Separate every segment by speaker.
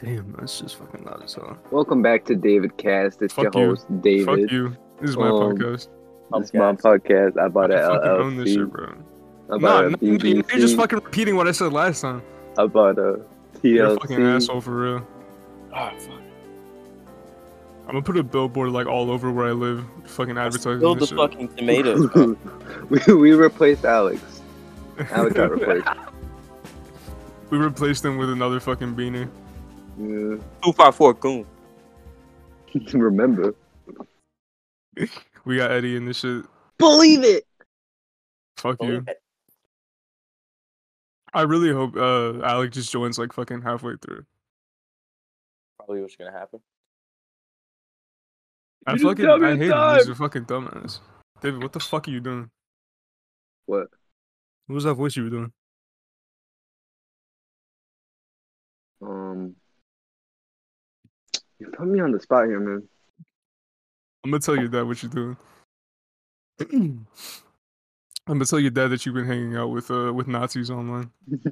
Speaker 1: Damn, that's just fucking loud as hell.
Speaker 2: Welcome back to David Cast. It's
Speaker 1: Fuck
Speaker 2: your
Speaker 1: you.
Speaker 2: host, David.
Speaker 1: Fuck you. This is my
Speaker 2: Um,
Speaker 1: podcast.
Speaker 2: This is my podcast. I bought
Speaker 1: I
Speaker 2: a
Speaker 1: fucking own this shit,
Speaker 2: LLC.
Speaker 1: bro.
Speaker 2: I
Speaker 1: Nah,
Speaker 2: bought
Speaker 1: no,
Speaker 2: a
Speaker 1: you're just
Speaker 2: BBC.
Speaker 1: fucking repeating what I said last time.
Speaker 2: I bought a
Speaker 1: You're a fucking
Speaker 2: TLC.
Speaker 1: asshole for real.
Speaker 3: Ah, fuck.
Speaker 1: I'm gonna put a billboard like all over where I live, fucking advertising
Speaker 3: Build the
Speaker 1: this shit.
Speaker 3: fucking tomatoes. bro.
Speaker 2: we, we replaced Alex. Alex got replaced.
Speaker 1: we replaced them with another fucking beanie.
Speaker 2: Yeah.
Speaker 3: Two five four coon.
Speaker 2: Remember.
Speaker 1: We got Eddie in this shit.
Speaker 2: Believe it!
Speaker 1: Fuck
Speaker 2: Oh.
Speaker 1: you. I really hope uh Alec just joins like fucking halfway through.
Speaker 3: Probably what's gonna happen.
Speaker 1: I
Speaker 2: You just
Speaker 1: fucking
Speaker 2: tell me
Speaker 1: I
Speaker 2: in
Speaker 1: hate him.
Speaker 2: time.
Speaker 1: He's a fucking dumbass. David, what the fuck are you doing?
Speaker 2: What?
Speaker 1: What was that voice you were doing?
Speaker 2: Um, you put me on the spot here, man.
Speaker 1: I'm gonna tell your dad what you're doing. I'm gonna tell your dad that you've been hanging out with uh with Nazis online.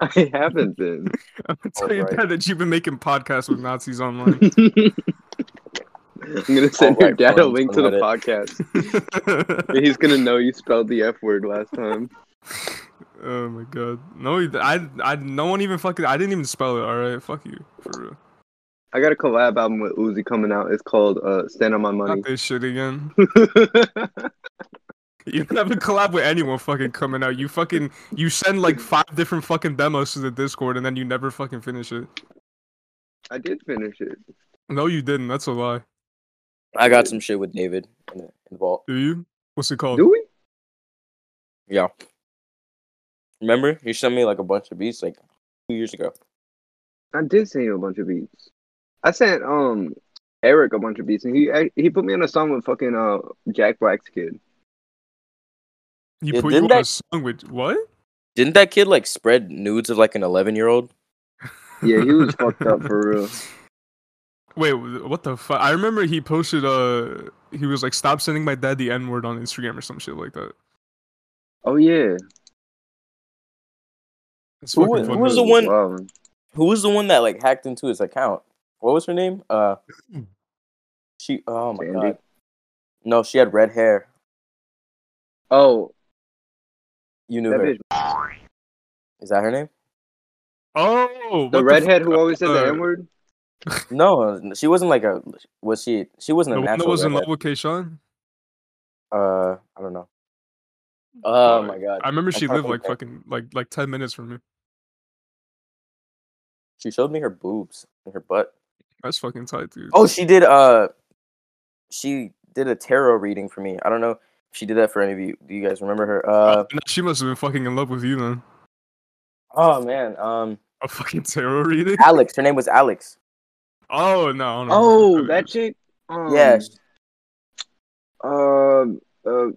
Speaker 2: I haven't been.
Speaker 1: I'm gonna tell your
Speaker 3: Alright.
Speaker 1: dad that you've been making podcasts with Nazis online.
Speaker 2: I'm gonna send your
Speaker 3: Alright,
Speaker 2: dad a
Speaker 3: friends,
Speaker 2: link to the
Speaker 3: let it-
Speaker 2: podcast. And he's gonna know you spelled the F word last time.
Speaker 1: oh my god! No, he- I, I, no one even fucking. I didn't even spell it. All right, fuck you for real.
Speaker 2: I got a collab album with Uzi coming out. It's called uh, "Stand on My Money."
Speaker 1: Not this shit again. You don't have to collab with anyone fucking coming out. You fucking you send like five different fucking demos to the Discord and then you never fucking finish it.
Speaker 2: I did finish it.
Speaker 1: No, you didn't. That's a lie.
Speaker 3: I got some shit with David in the, in the vault.
Speaker 1: Do you? What's it called?
Speaker 2: Do we?
Speaker 3: Remember, he sent me like a bunch of beats like two years ago.
Speaker 2: I did send you a bunch of beats. I sent um Eric a bunch of beats, and he he put me on a song with fucking uh Jack Black's kid.
Speaker 1: You
Speaker 3: Yeah,
Speaker 1: put you
Speaker 3: didn't
Speaker 1: on a
Speaker 3: that-
Speaker 1: song with what?
Speaker 3: Didn't that kid like spread nudes of like an eleven year old?
Speaker 2: Yeah, he was fucked up for real.
Speaker 1: Wait, what the fuck? I remember he posted uh he was like stop sending my dad the N word on Instagram or some shit like that.
Speaker 2: Oh yeah,
Speaker 1: It's
Speaker 3: Who
Speaker 1: fucking
Speaker 3: wa- who
Speaker 1: funny.
Speaker 3: was the one-
Speaker 2: Wow.
Speaker 3: Who was the one that like hacked into his account? What was her name? Uh, she. Oh my
Speaker 2: Sandy?
Speaker 3: god. No, she had red hair.
Speaker 2: Oh,
Speaker 3: You knew
Speaker 2: that
Speaker 3: her.
Speaker 2: bitch.
Speaker 3: Is that her name?
Speaker 1: Oh,
Speaker 2: The
Speaker 1: what
Speaker 2: redhead
Speaker 1: fuck?
Speaker 2: who always said the
Speaker 1: Uh,
Speaker 2: N word.
Speaker 3: No, she wasn't like a. Was she? She wasn't a
Speaker 1: The one that
Speaker 3: natural.
Speaker 1: was in love
Speaker 3: redhead.
Speaker 1: with Kayshawn?
Speaker 3: Uh, I don't know.
Speaker 2: Mm-hmm.
Speaker 3: Oh my god.
Speaker 1: I remember she
Speaker 3: can't
Speaker 1: lived like
Speaker 3: think of-
Speaker 1: fucking like like ten minutes from me.
Speaker 3: She showed me her boobs and her butt.
Speaker 1: That's fucking tight, dude.
Speaker 3: Oh, she did. Uh, she did a tarot reading for me. I don't know. if She did that for any of you. Do you guys remember her? Uh,
Speaker 1: And she must have been fucking in love with you then.
Speaker 3: oh man. Um,
Speaker 1: A fucking tarot reading?
Speaker 3: Alex. Her name was Alex.
Speaker 1: Oh no!
Speaker 3: uh,
Speaker 1: I don't know.
Speaker 2: Oh, that chick. Um,
Speaker 3: Yeah. sh-
Speaker 2: Um. Uh,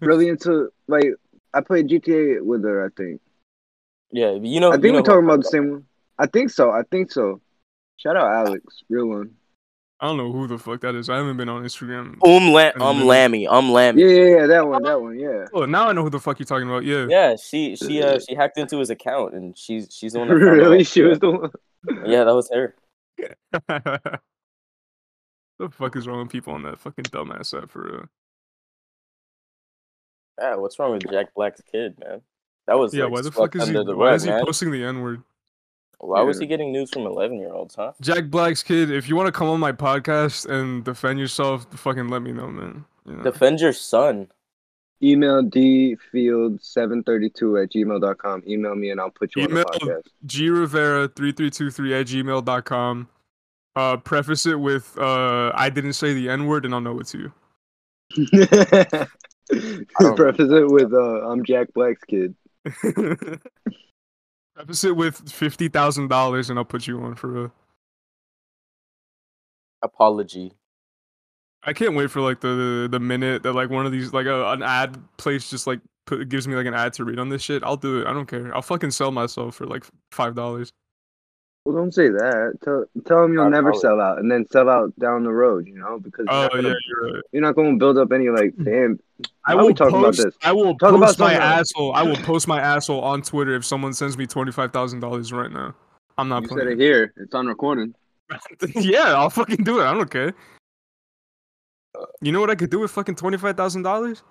Speaker 2: really into like I played GTA with her. I think.
Speaker 3: Yeah. You know.
Speaker 2: I
Speaker 3: Oh,
Speaker 2: think
Speaker 3: you know
Speaker 2: we're
Speaker 3: who
Speaker 2: talking
Speaker 3: I'm
Speaker 2: about the same one. I think so. I think so. Shout out Alex, real one.
Speaker 1: I don't know who the fuck that is. I haven't been on Instagram. Oh,
Speaker 3: Um, la-
Speaker 1: And
Speaker 3: um,
Speaker 1: then-
Speaker 3: Lammy. Um, Lammy.
Speaker 2: Yeah, yeah, yeah. That one. That one. Yeah.
Speaker 1: Oh, now I know who the fuck you're talking about. Yeah.
Speaker 3: Yeah, she she uh she hacked into his account and she's she's the one that found out.
Speaker 2: really? She was the one.
Speaker 3: yeah that was her.
Speaker 1: the fuck is wrong with people on that fucking dumbass app for real?
Speaker 3: Yeah, what's wrong with Jack Black's kid, man? That was
Speaker 1: yeah.
Speaker 3: like,
Speaker 1: Why the
Speaker 3: swept
Speaker 1: fuck is he?
Speaker 3: under the
Speaker 1: Why
Speaker 3: rug,
Speaker 1: is he
Speaker 3: man.
Speaker 1: posting the n word?
Speaker 3: Why was he getting news from eleven year olds, huh?
Speaker 1: Jack Black's kid. If you want to come on my podcast and defend yourself, fucking let me know, man. You know?
Speaker 3: Defend your son.
Speaker 2: Email dfield732 at gmail.com. Email me and I'll put you
Speaker 1: Email-
Speaker 2: on the podcast.
Speaker 1: G Rivera three three two three at gmail.com. Uh, preface it with uh, I didn't say the n word, and I'll know it's you.
Speaker 3: don't-
Speaker 2: Preface it with uh, I'm Jack Black's kid.
Speaker 1: Preface it with fifty thousand dollars, and I'll put you on for a.
Speaker 3: Apology.
Speaker 1: I can't wait for like the the minute that like one of these like a, an ad place just like put, gives me like an ad to read on this shit. I'll do it. I don't care. I'll fucking sell myself for like five dollars.
Speaker 2: Well, don't say that. Tell, tell him you'll
Speaker 3: Not
Speaker 2: never
Speaker 3: always.
Speaker 2: sell out, and then sell out down the road. You know, because you're
Speaker 1: Oh
Speaker 2: not gonna-
Speaker 1: yeah, you're right.
Speaker 2: you're not going to build up any like fam.
Speaker 1: I
Speaker 2: Why are we
Speaker 1: will
Speaker 2: talking about
Speaker 1: post.
Speaker 2: this?
Speaker 1: I will
Speaker 2: Talk about
Speaker 1: post my
Speaker 2: something else.
Speaker 1: asshole. I will post my asshole on Twitter if someone sends me twenty five thousand dollars right now. I'm not
Speaker 2: You said it
Speaker 1: playing.
Speaker 2: here. It's on recording.
Speaker 1: yeah, I'll fucking do it. I don't care. You know what I could do with fucking twenty five thousand dollars?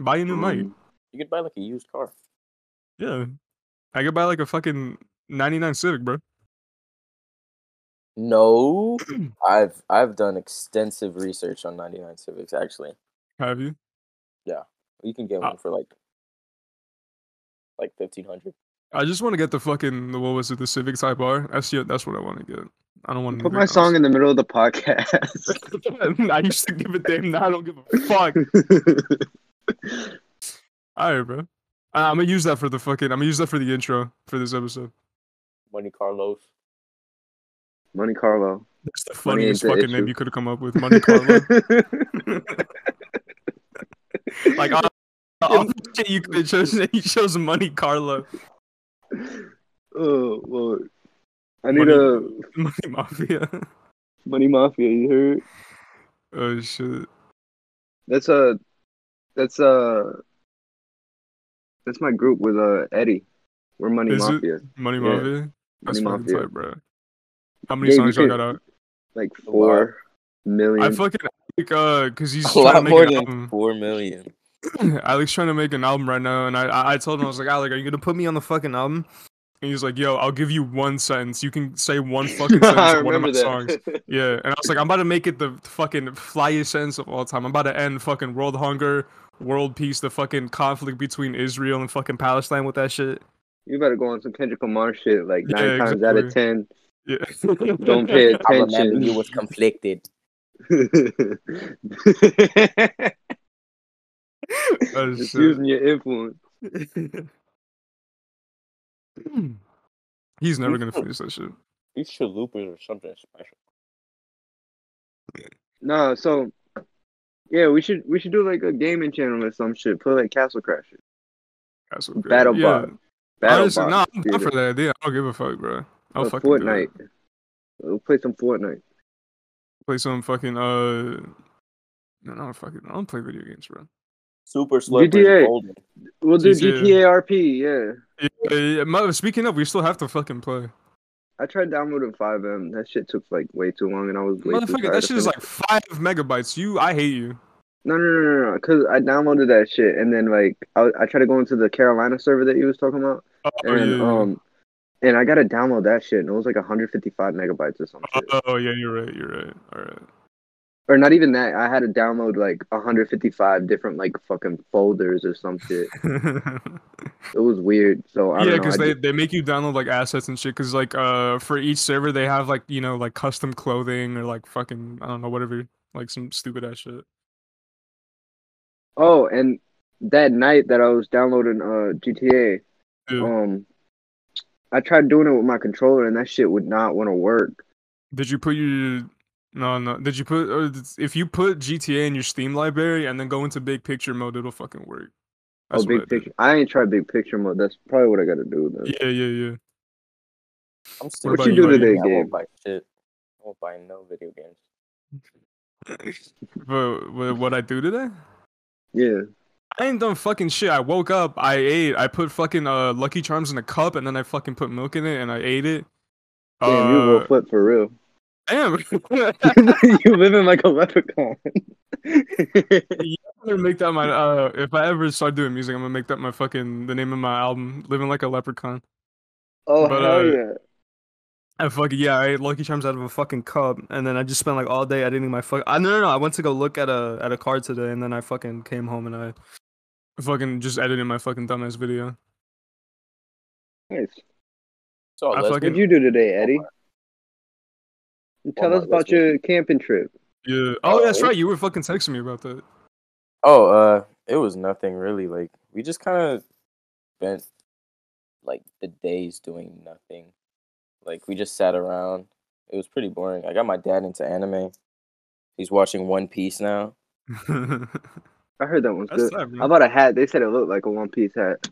Speaker 1: Buy a new mic.
Speaker 2: Mm.
Speaker 3: You could buy like a used car.
Speaker 1: Yeah, I could buy like a fucking ninety nine Civic, bro.
Speaker 3: No, I've I've done extensive research on 99 Civics. Actually,
Speaker 1: Have you?
Speaker 3: you can get
Speaker 1: Uh,
Speaker 3: one for like like 1500.
Speaker 1: I just want to get the fucking the, what was it the Civic Type R? That's yeah, that's what I want to get. I don't want
Speaker 2: Put my song in the middle of the podcast.
Speaker 1: I used to give a damn. Now I don't give a fuck. All right, bro. I- I'm gonna use that for the fucking. I'm gonna use that for the intro for this episode.
Speaker 3: Monte Carlos.
Speaker 2: Monte Carlo.
Speaker 1: That's the
Speaker 2: Money
Speaker 1: funniest
Speaker 2: ain't the
Speaker 1: fucking
Speaker 2: issue.
Speaker 1: name you could have come up with, Monte Carlo. like all, all the shit you could have chosen. He chose Monte Carlo,
Speaker 2: oh Lord. I need
Speaker 1: Money-
Speaker 2: a
Speaker 1: Money Mafia.
Speaker 2: money mafia. You heard?
Speaker 1: Oh shit.
Speaker 2: That's a. That's a. That's my group with uh Eddie. We're money
Speaker 1: Is it?
Speaker 2: mafia.
Speaker 1: Money
Speaker 2: Yeah.
Speaker 1: Mafia. That's
Speaker 2: Money
Speaker 1: fucking
Speaker 2: Mafia.
Speaker 1: tight, bro. How many
Speaker 2: Yeah,
Speaker 1: songs
Speaker 2: you
Speaker 1: y'all
Speaker 2: can-
Speaker 1: got out?
Speaker 2: Like
Speaker 3: A lot.
Speaker 2: four million.
Speaker 1: I fucking like, uh, cause he's
Speaker 3: A
Speaker 1: trying to
Speaker 3: lot
Speaker 1: make
Speaker 3: more
Speaker 1: an
Speaker 3: than
Speaker 1: album.
Speaker 3: four million.
Speaker 1: Alex trying to make an album right now, and I- I I told him I was like, Alec, are you gonna put me on the fucking album? And he's like, Yo, I'll give you one sentence. You can say one fucking
Speaker 2: I
Speaker 1: sentence of one of
Speaker 2: remember
Speaker 1: my
Speaker 2: that.
Speaker 1: songs. Yeah, and I was like, I'm about to make it the fucking flyest sentence of all time. I'm about to end fucking world hunger, world peace, the fucking conflict between Israel and fucking Palestine with that shit.
Speaker 2: You better go on some Kendrick Lamar shit like
Speaker 1: Yeah,
Speaker 2: nine times out of
Speaker 1: exactly.
Speaker 2: ten.
Speaker 1: Yeah.
Speaker 2: Don't pay
Speaker 3: I remember you
Speaker 2: attention.
Speaker 3: was conflicted.
Speaker 1: Oh,
Speaker 2: Just
Speaker 1: shit.
Speaker 2: using your influence.
Speaker 1: He's never gonna finish that shit.
Speaker 3: These chalupas are something special.
Speaker 2: Nah, so yeah, we should we should do like a gaming channel or some shit. Play like Castle Crashers.
Speaker 1: That's what
Speaker 2: Battle Bot. Battle
Speaker 1: Honestly,
Speaker 2: Box
Speaker 1: nah, I'm down
Speaker 2: theater.
Speaker 1: for that idea. I don't give a fuck, bro. I'll
Speaker 2: Or
Speaker 1: fucking do it.
Speaker 2: Fortnite. We'll play some Fortnite.
Speaker 1: play some fucking uh. No, no, fucking. I don't play video games, bro.
Speaker 3: Super slurpers
Speaker 2: GTA.
Speaker 3: golden.
Speaker 2: We'll do
Speaker 1: GTA.
Speaker 2: GTA RP, yeah.
Speaker 1: Yeah, yeah, yeah, mother- Speaking of, we still have to fucking play.
Speaker 2: I tried downloading 5M. That shit took like way too long, and I was way too
Speaker 1: Motherfucker,
Speaker 2: tired
Speaker 1: that
Speaker 2: to
Speaker 1: shit is
Speaker 2: finish.
Speaker 1: like five megabytes. You, I hate you.
Speaker 2: No, no, no, no, no. Because I downloaded that shit, and then like I, I tried to go into the Carolina server that you was talking about,
Speaker 1: Oh,
Speaker 2: and
Speaker 1: yeah, yeah.
Speaker 2: um, and I gotta download that shit, and it was like 155 megabytes or some shit.
Speaker 1: oh yeah, you're right. You're right. All right.
Speaker 2: Or not even that. I had to download like 155 different like fucking folders or some shit. It was weird. So I don't
Speaker 1: yeah,
Speaker 2: know. I
Speaker 1: because they,
Speaker 2: just-
Speaker 1: they make you download like assets and shit. Because like uh for each server they have like you know like custom clothing or like fucking I don't know whatever like some stupid ass shit.
Speaker 2: Oh, and that night that I was downloading uh GTA,
Speaker 1: Yeah.
Speaker 2: um, I tried doing it with my controller, and that shit would not want to work.
Speaker 1: Did you put your no no? Did you put or did- if you put GTA in your Steam library and then go into big picture mode, it'll fucking work.
Speaker 2: Oh,
Speaker 1: what
Speaker 2: big
Speaker 1: I did.
Speaker 2: picture. I ain't tried big picture mode. That's probably what I gotta do. Then.
Speaker 1: Yeah yeah yeah.
Speaker 3: I'm still
Speaker 1: What you do
Speaker 3: conflicted.
Speaker 2: today,
Speaker 3: I
Speaker 2: Gabe?
Speaker 3: won't buy shit. I won't buy no video games.
Speaker 1: But what, what I do today?
Speaker 2: yeah.
Speaker 1: I ain't done fucking shit. I woke up, I ate, I put fucking uh Lucky Charms in a cup, and then I fucking put milk in it, and I ate it.
Speaker 2: Damn, you
Speaker 1: Uh,
Speaker 2: real flip for real.
Speaker 1: damn.
Speaker 2: you living like a leprechaun.
Speaker 1: I'm gonna make that my uh if I ever start doing music, I'm gonna make that my fucking the name of my album, Living Like a Leprechaun.
Speaker 2: oh
Speaker 1: But,
Speaker 2: hell
Speaker 1: uh,
Speaker 2: yeah!
Speaker 1: And fucking yeah, I ate Lucky Charms out of a fucking cup, and then I just spent like all day editing my fuck. I no no no. I went to go look at a at a card today, and then I fucking came home and I fucking just edited my fucking dumbass video.
Speaker 2: Nice.
Speaker 3: So
Speaker 1: I
Speaker 3: let's
Speaker 1: fucking-
Speaker 2: What'd you do today, Eddie? Tell
Speaker 3: Walmart,
Speaker 2: us about
Speaker 3: that's me.
Speaker 2: your camping trip.
Speaker 1: Yeah. Oh, that's
Speaker 3: Oh.
Speaker 1: right. You were fucking texting me about that.
Speaker 3: Oh, uh, it was nothing really. Like we just kind of spent like the days doing nothing. Like we just sat around. It was pretty boring. I got my dad into anime. He's watching One Piece now.
Speaker 2: I heard that one's
Speaker 1: that's
Speaker 2: good.
Speaker 1: that,
Speaker 2: I bought a hat. They said it looked like a One Piece hat.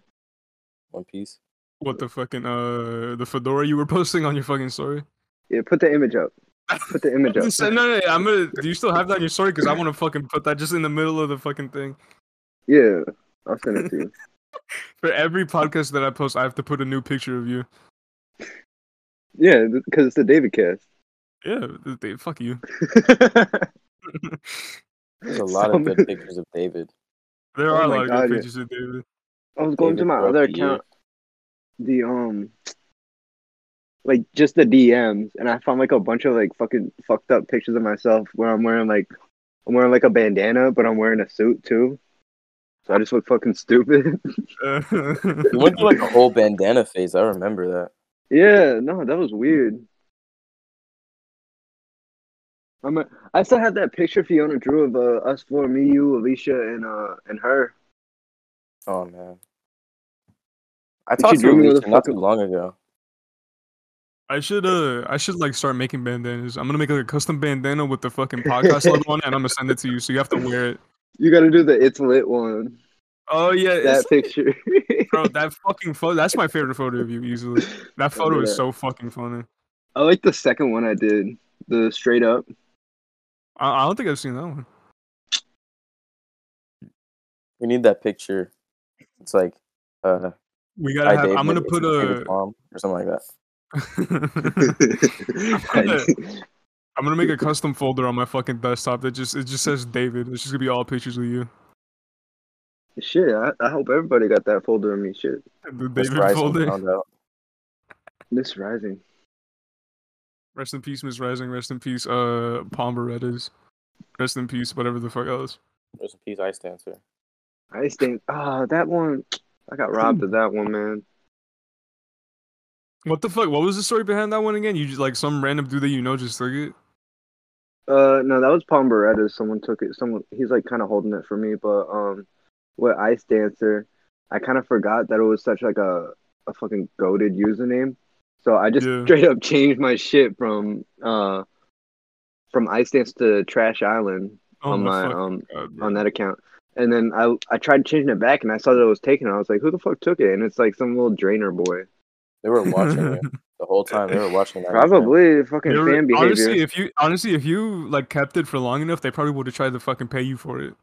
Speaker 3: One Piece.
Speaker 1: What the fucking uh the fedora you were posting on your fucking story?
Speaker 2: Yeah, put the image up. Put the image up.
Speaker 1: Just say- no, no, no, I'm gonna. Do you still have that in your story? Because I want to fucking put that just in the middle of the fucking thing.
Speaker 2: Yeah, I'll send it to you.
Speaker 1: For every podcast that I post, I have to put a new picture of you.
Speaker 2: Yeah, because it's the David cast.
Speaker 1: Yeah, th- they, fuck you.
Speaker 3: There's a lot
Speaker 2: So
Speaker 3: of good
Speaker 2: many-
Speaker 3: pictures of David.
Speaker 1: There
Speaker 2: Oh
Speaker 1: are a
Speaker 2: my
Speaker 1: lot
Speaker 2: God,
Speaker 1: of
Speaker 2: yeah.
Speaker 1: good pictures of David.
Speaker 2: I was going to
Speaker 3: David
Speaker 2: my
Speaker 3: throughout
Speaker 2: other
Speaker 3: the year.
Speaker 2: account, the um, like just the DMs, and I found like a bunch of like fucking fucked up pictures of myself where I'm wearing like I'm wearing like a bandana, but I'm wearing a suit too. So I just look fucking stupid.
Speaker 1: Uh,
Speaker 3: You went through like a whole bandana phase. I remember that.
Speaker 2: yeah, no, that was weird. I'm a, I still have that picture Fiona drew of uh, us four, me, you, Alicia, and uh and her.
Speaker 3: Oh man. I
Speaker 2: Did
Speaker 3: talked
Speaker 2: you
Speaker 3: to
Speaker 2: dream you
Speaker 3: Alicia
Speaker 2: were the
Speaker 3: not too
Speaker 2: fucking-
Speaker 3: long ago.
Speaker 1: I should uh I should like start making bandanas. I'm gonna make like a custom bandana with the fucking podcast logo on it, and I'm gonna send it to you. So you have to wear it.
Speaker 2: You gotta do the it's lit one.
Speaker 1: Oh yeah,
Speaker 2: That
Speaker 1: it's-
Speaker 2: picture.
Speaker 1: bro, that fucking photo. That's my favorite photo of you easily. That photo
Speaker 2: Yeah.
Speaker 1: is so fucking funny.
Speaker 2: I like the second one I did. The straight up.
Speaker 1: I, I don't think I've seen that one.
Speaker 3: We need that picture. It's like uh
Speaker 1: We
Speaker 3: hi,
Speaker 1: gotta have.
Speaker 3: David.
Speaker 1: I'm gonna
Speaker 3: It's
Speaker 1: put
Speaker 3: David's
Speaker 1: a.
Speaker 3: mom or something like that.
Speaker 1: I'm gonna make a custom folder on my fucking desktop that just it just says David. It's just gonna be all pictures of you.
Speaker 2: Shit, I, I hope everybody got that folder of me. Shit,
Speaker 1: The
Speaker 3: Miss
Speaker 1: David
Speaker 3: Rising
Speaker 1: folder.
Speaker 3: found out.
Speaker 2: Miss Rising.
Speaker 1: Rest in peace, Miss Rising. Rest in peace, uh, Palm Berettas. Rest in peace, whatever the fuck else.
Speaker 3: Rest in peace, ice dancer.
Speaker 2: I just think, ah, that one. I got robbed of that one, man.
Speaker 1: What the fuck? What was the story behind that one again? You just like some random dude that you know just took it.
Speaker 2: Uh, no, that was Palm Beretta. Someone took it. Someone. He's like kind of holding it for me, but um, what Ice Dancer, I kind of forgot that it was such like a a fucking goaded username. So I just
Speaker 1: Yeah.
Speaker 2: straight up changed my shit from uh from Ice Dance to Trash Island
Speaker 1: Oh
Speaker 2: on
Speaker 1: my
Speaker 2: my
Speaker 1: fucking
Speaker 2: um
Speaker 3: uh,
Speaker 1: god, bro.
Speaker 2: on that account. And then I I tried changing it back, and I saw that it was taken. and I was like, "Who the fuck took it?" And it's like some little drainer boy.
Speaker 3: They were watching you the whole time. They were watching that. Instagram.
Speaker 2: Probably fucking
Speaker 1: They were-
Speaker 2: fan behavior.
Speaker 1: honestly, if you honestly if you like kept it for long enough, they probably would have tried to fucking pay you for it.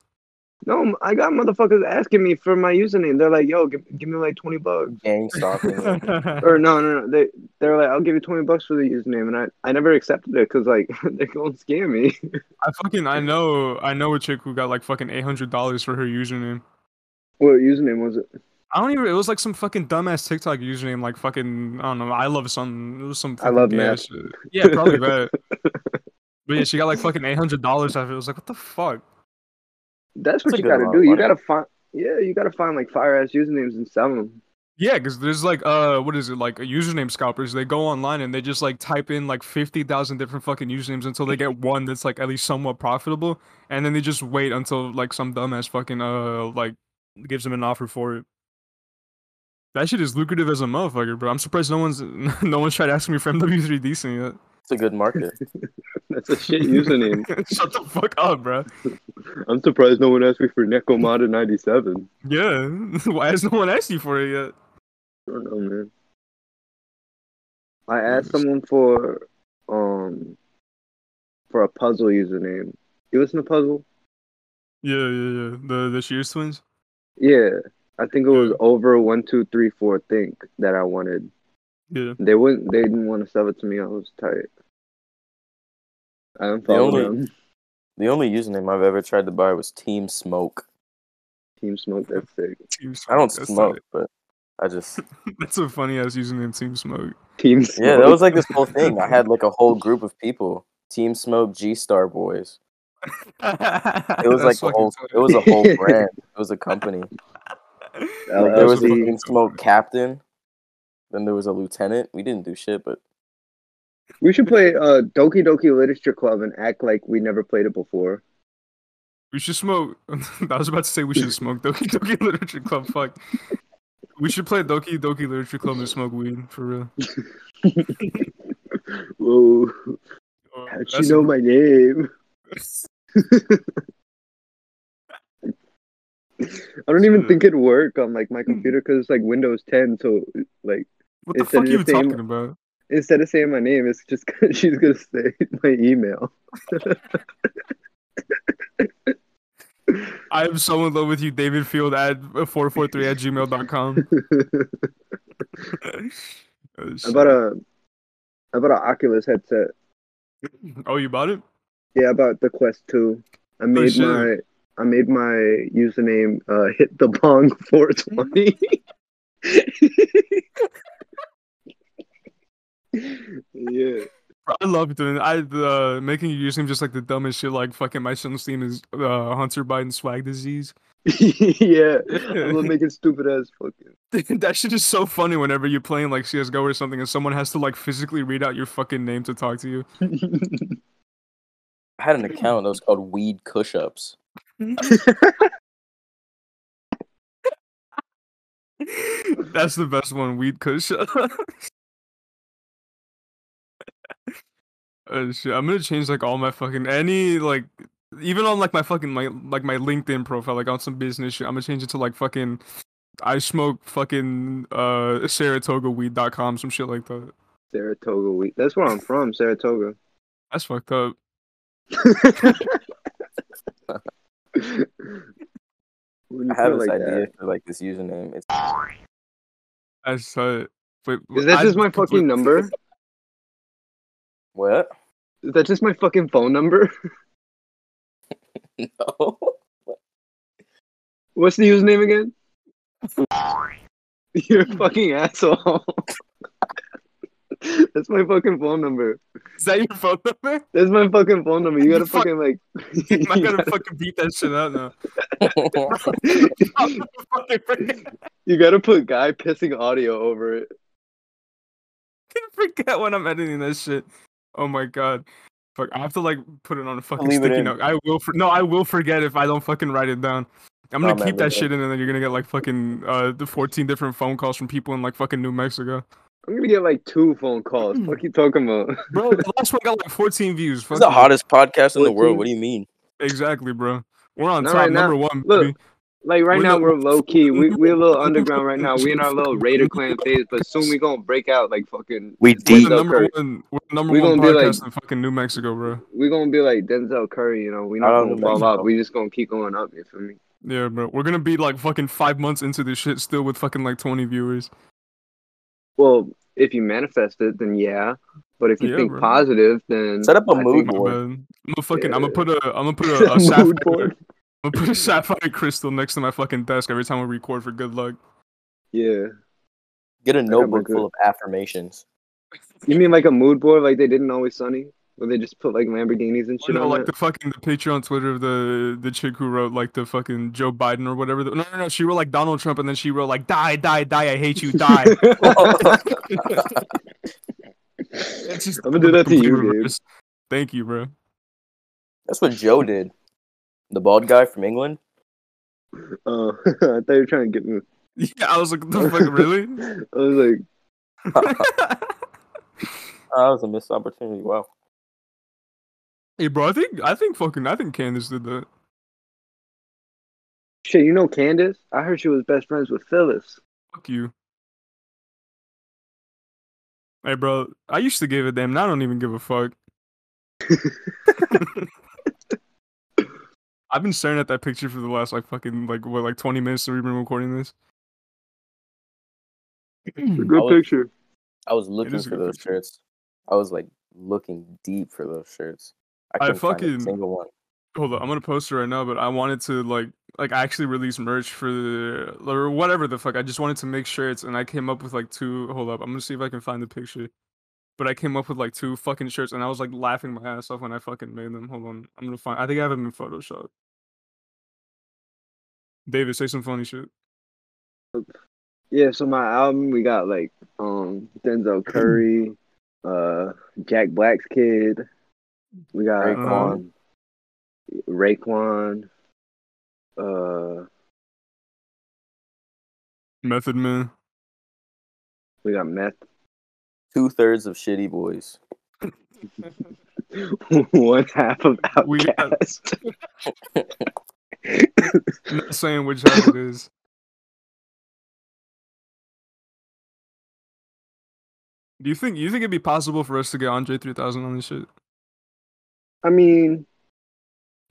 Speaker 2: No, I got motherfuckers asking me for my username. They're like, "Yo, give, give me like twenty bucks."
Speaker 3: gang stalking.
Speaker 2: Or no, no, no. They they're like, "I'll give you twenty bucks for the username," and I I never accepted it because like they're gonna scam me.
Speaker 1: I fucking I know I know a chick who got like fucking eight hundred dollars for her username.
Speaker 2: what username was it?
Speaker 1: I don't even. It was like some fucking dumbass TikTok username, like fucking I don't know. I love some. It was some.
Speaker 2: I love
Speaker 1: fucking gay
Speaker 2: math.
Speaker 1: ass shit. Yeah, probably that. But yeah, she got like fucking eight hundred dollars out of it. I was like, what the fuck?
Speaker 2: That's what
Speaker 3: That's a
Speaker 2: you
Speaker 3: good
Speaker 2: gotta
Speaker 3: amount
Speaker 2: do.
Speaker 3: of
Speaker 2: You
Speaker 3: money.
Speaker 2: gotta find. Yeah, you gotta find like fire ass usernames and sell them.
Speaker 1: Yeah, because there's like uh, what is it like? Username scalpers. They go online and they just like type in like fifty thousand different fucking usernames until they get one that's like at least somewhat profitable, and then they just wait until like some dumbass fucking uh like gives them an offer for it. That shit is lucrative as a motherfucker, bro. I'm surprised no one's no one's tried asking me for MW3 decent yet.
Speaker 3: It's a good market.
Speaker 2: That's a shit username.
Speaker 1: Shut the fuck up, bro.
Speaker 2: I'm surprised no one asked me for Necomada ninety seven.
Speaker 1: Yeah. Why has no one asked you for it yet?
Speaker 2: I don't know, man. I asked someone for um for a puzzle username. You listen to puzzle?
Speaker 1: Yeah, yeah, yeah. The the Shears twins.
Speaker 2: Yeah. I think it was
Speaker 1: Yeah.
Speaker 2: over one, two, three, four think that I wanted.
Speaker 1: Yeah.
Speaker 2: They wouldn't they didn't want to sell it to me, I was tight. I unfollowed
Speaker 3: only-
Speaker 2: them.
Speaker 3: The only username I've ever tried to buy was Team Smoke.
Speaker 2: Team Smoke, that's sick.
Speaker 1: Team
Speaker 3: I don't
Speaker 1: Smoke, that's not
Speaker 3: smoke, but I just
Speaker 1: it. That's a funny ass username, Team Smoke.
Speaker 2: Team
Speaker 3: yeah.
Speaker 2: Smoke.
Speaker 3: That was like this whole thing. I had like a whole group of people. Team Smoke, G Star Boys. It was like
Speaker 1: That's
Speaker 3: the
Speaker 1: fucking
Speaker 3: whole.
Speaker 1: tight.
Speaker 3: It was a whole brand. It was a company. Like, there
Speaker 2: that's
Speaker 3: was a
Speaker 2: what
Speaker 3: Team Smoke captain. Then there was a lieutenant. We didn't do shit, but
Speaker 2: we should play uh Doki Doki Literature Club and act like we never played it before.
Speaker 1: We should smoke. I was about to say we should smoke Doki Doki Literature Club. Fuck. We should play Doki Doki Literature Club and smoke weed for real.
Speaker 2: Whoa.
Speaker 1: Oh,
Speaker 2: How'd you
Speaker 1: that's a-
Speaker 2: know my name? I don't even
Speaker 1: Yeah.
Speaker 2: think it'd work on like my computer because it's like Windows 10, so Like
Speaker 1: What the
Speaker 2: Instead
Speaker 1: fuck are
Speaker 2: of
Speaker 1: you
Speaker 2: just saying-
Speaker 1: talking about?
Speaker 2: instead of saying my name, it's just she's gonna say my email.
Speaker 1: I'm so in love with you, David Field at 443 at gmail.com. oh,
Speaker 2: I
Speaker 1: shit.
Speaker 2: bought a I bought an Oculus headset.
Speaker 1: oh, you bought it?
Speaker 2: Yeah, about the Quest Two. I made
Speaker 1: shit.
Speaker 2: my I made my username uh, hit the bong four twenty. yeah.
Speaker 1: Bro, I love doing I uh, making your username just like the dumbest shit. Like fucking my son's name is uh, Hunter Biden swag disease.
Speaker 2: yeah. I love making stupid ass fucking
Speaker 1: that shit is so funny whenever you're playing like CS:GO or something, and someone has to like physically read out your fucking name to talk to you.
Speaker 3: I had an account that was called Weed Cush Ups.
Speaker 1: That's the best one, Weed Kush. oh shit! I'm gonna change like all my fucking any like even on like my fucking my like my LinkedIn profile like on some business shit. I'm gonna change it to like fucking I smoke fucking uh Saratoga weed.com some shit like that.
Speaker 2: Saratoga week. That's where I'm from, Saratoga.
Speaker 1: That's fucked up.
Speaker 2: When you
Speaker 3: I have
Speaker 2: put it
Speaker 3: this
Speaker 2: like
Speaker 3: idea
Speaker 2: that.
Speaker 3: for like this username. It's
Speaker 1: That's uh, wait,
Speaker 2: Is that
Speaker 1: I
Speaker 2: just my
Speaker 1: completely-
Speaker 2: fucking number?
Speaker 3: what?
Speaker 2: Is that just my fucking phone number?
Speaker 3: No.
Speaker 2: What's the username again? You're a fucking asshole. That's my fucking phone number.
Speaker 1: Is that your phone number?
Speaker 2: That's my fucking phone number. You
Speaker 1: You
Speaker 2: gotta
Speaker 1: fuck-
Speaker 2: fucking like.
Speaker 1: I'm not
Speaker 2: you,
Speaker 1: gonna
Speaker 2: gotta,
Speaker 1: fucking beat that shit out now.
Speaker 2: you gotta put guy pissing audio over it.
Speaker 1: gonna forget when I'm editing this shit. Oh my god. Fuck, I have to like put it on a fucking
Speaker 3: Leave it
Speaker 1: sticky
Speaker 3: in.
Speaker 1: note. I will for- no, I will forget if I don't fucking write it down. I'm
Speaker 3: Nah,
Speaker 2: Oh,
Speaker 1: gonna
Speaker 3: man,
Speaker 1: keep that
Speaker 3: leave it
Speaker 1: shit in and then you're gonna get like fucking uh the 14 different phone calls from people in like fucking New Mexico.
Speaker 2: I'm gonna get like two phone calls. Fuck you talking about?
Speaker 1: Bro, the last one got like 14 views.
Speaker 3: It's
Speaker 1: Fuck
Speaker 3: the
Speaker 1: you.
Speaker 3: hottest podcast in the world.
Speaker 2: Fourteen.
Speaker 3: What do you mean?
Speaker 1: Exactly, bro. We're on
Speaker 2: Not
Speaker 1: top
Speaker 2: right now.
Speaker 1: number one.
Speaker 2: Look,
Speaker 1: baby.
Speaker 2: Like right
Speaker 1: We're
Speaker 2: now
Speaker 1: not-
Speaker 2: we're low key. We we a little underground right now. We in our little Raider Clan phase, but soon we gonna break out like fucking.
Speaker 3: We
Speaker 1: We're the
Speaker 2: Denzel
Speaker 1: number
Speaker 2: Curry.
Speaker 1: one. We're the number
Speaker 2: We
Speaker 1: one
Speaker 2: gonna be, like-
Speaker 1: podcast in fucking New Mexico, bro.
Speaker 2: We gonna be like Denzel Curry. You know, we not
Speaker 3: I don't
Speaker 2: gonna
Speaker 3: know,
Speaker 2: fall
Speaker 3: Mexico.
Speaker 2: off. We just gonna keep going up. You feel me?
Speaker 1: Yeah, bro. We're gonna be like fucking five months into this shit still with fucking like 20 viewers.
Speaker 2: Well, if you manifest it, then yeah. But if you
Speaker 1: Yeah,
Speaker 2: think
Speaker 1: bro.
Speaker 2: positive, then
Speaker 3: Set up a
Speaker 2: I
Speaker 3: mood
Speaker 2: think-
Speaker 1: My
Speaker 3: board.
Speaker 1: bad. I'm gonna fucking. I'm
Speaker 2: Yeah.
Speaker 1: gonna put a. I'm gonna put a, a sapphire.
Speaker 2: mood board.
Speaker 1: I'm gonna put a sapphire crystal next to my fucking desk every time I record for good luck.
Speaker 2: Yeah.
Speaker 3: Get a
Speaker 2: up a
Speaker 3: notebook
Speaker 2: good-
Speaker 3: full of affirmations.
Speaker 2: You mean like a mood board, like they did in Always Sunny, where they just put like Lamborghinis and
Speaker 1: You
Speaker 2: shit
Speaker 1: know,
Speaker 2: on
Speaker 1: like
Speaker 2: like
Speaker 1: the fucking the picture on Twitter of the the chick who wrote like the fucking Joe Biden or whatever. The, no, no, no. She wrote like Donald Trump, and then she wrote like die, die, die. I hate you, die. It's just
Speaker 2: I'm gonna do that to
Speaker 1: complete
Speaker 2: you, dude.
Speaker 1: reverse. Thank you, bro.
Speaker 3: That's what Joe did. The bald guy from England.
Speaker 2: Oh, I thought you were trying to get me.
Speaker 1: Yeah, I was like, the fuck, really?
Speaker 2: I was like,
Speaker 3: Oh, that was a missed opportunity. Wow.
Speaker 1: hey, bro. I think I think fucking I think Candace did that.
Speaker 2: shit, you know Candace? I heard she was best friends with Phyllis.
Speaker 1: Fuck you. Hey, bro. I used to give a damn. Now I don't even give a fuck. I've been staring at that picture for the last like fucking like what like twenty minutes that we've been recording this.
Speaker 2: Good
Speaker 3: I was-
Speaker 2: picture.
Speaker 3: I was looking
Speaker 1: is
Speaker 3: for
Speaker 1: good
Speaker 3: those
Speaker 1: picture.
Speaker 3: shirts. I was like looking deep for those shirts.
Speaker 1: I
Speaker 3: couldn't find a
Speaker 1: fucking-
Speaker 3: single one.
Speaker 1: Hold on, I'm gonna post it right now. But I wanted to like like actually release merch for the or whatever the fuck. I just wanted to make shirts, and I came up with like two. Hold up, I'm gonna see if I can find the picture. But I came up with like two fucking shirts, and I was like laughing my ass off when I fucking made them. Hold on, I'm gonna find. I think I have them in Photoshop. David, say some funny shit.
Speaker 2: Yeah, so my album we got like um Denzel Curry, uh Jack Black's kid, we got
Speaker 3: Raekwon.
Speaker 2: um Raekwon, uh
Speaker 1: Method Man.
Speaker 2: we got Meth
Speaker 3: Two thirds of shitty boys.
Speaker 2: one half of
Speaker 1: We got-
Speaker 2: Outkast.
Speaker 1: I'm not saying which half it is. Do you think you think it'd be possible for us to get Andre three thousand on this shit?
Speaker 2: I mean,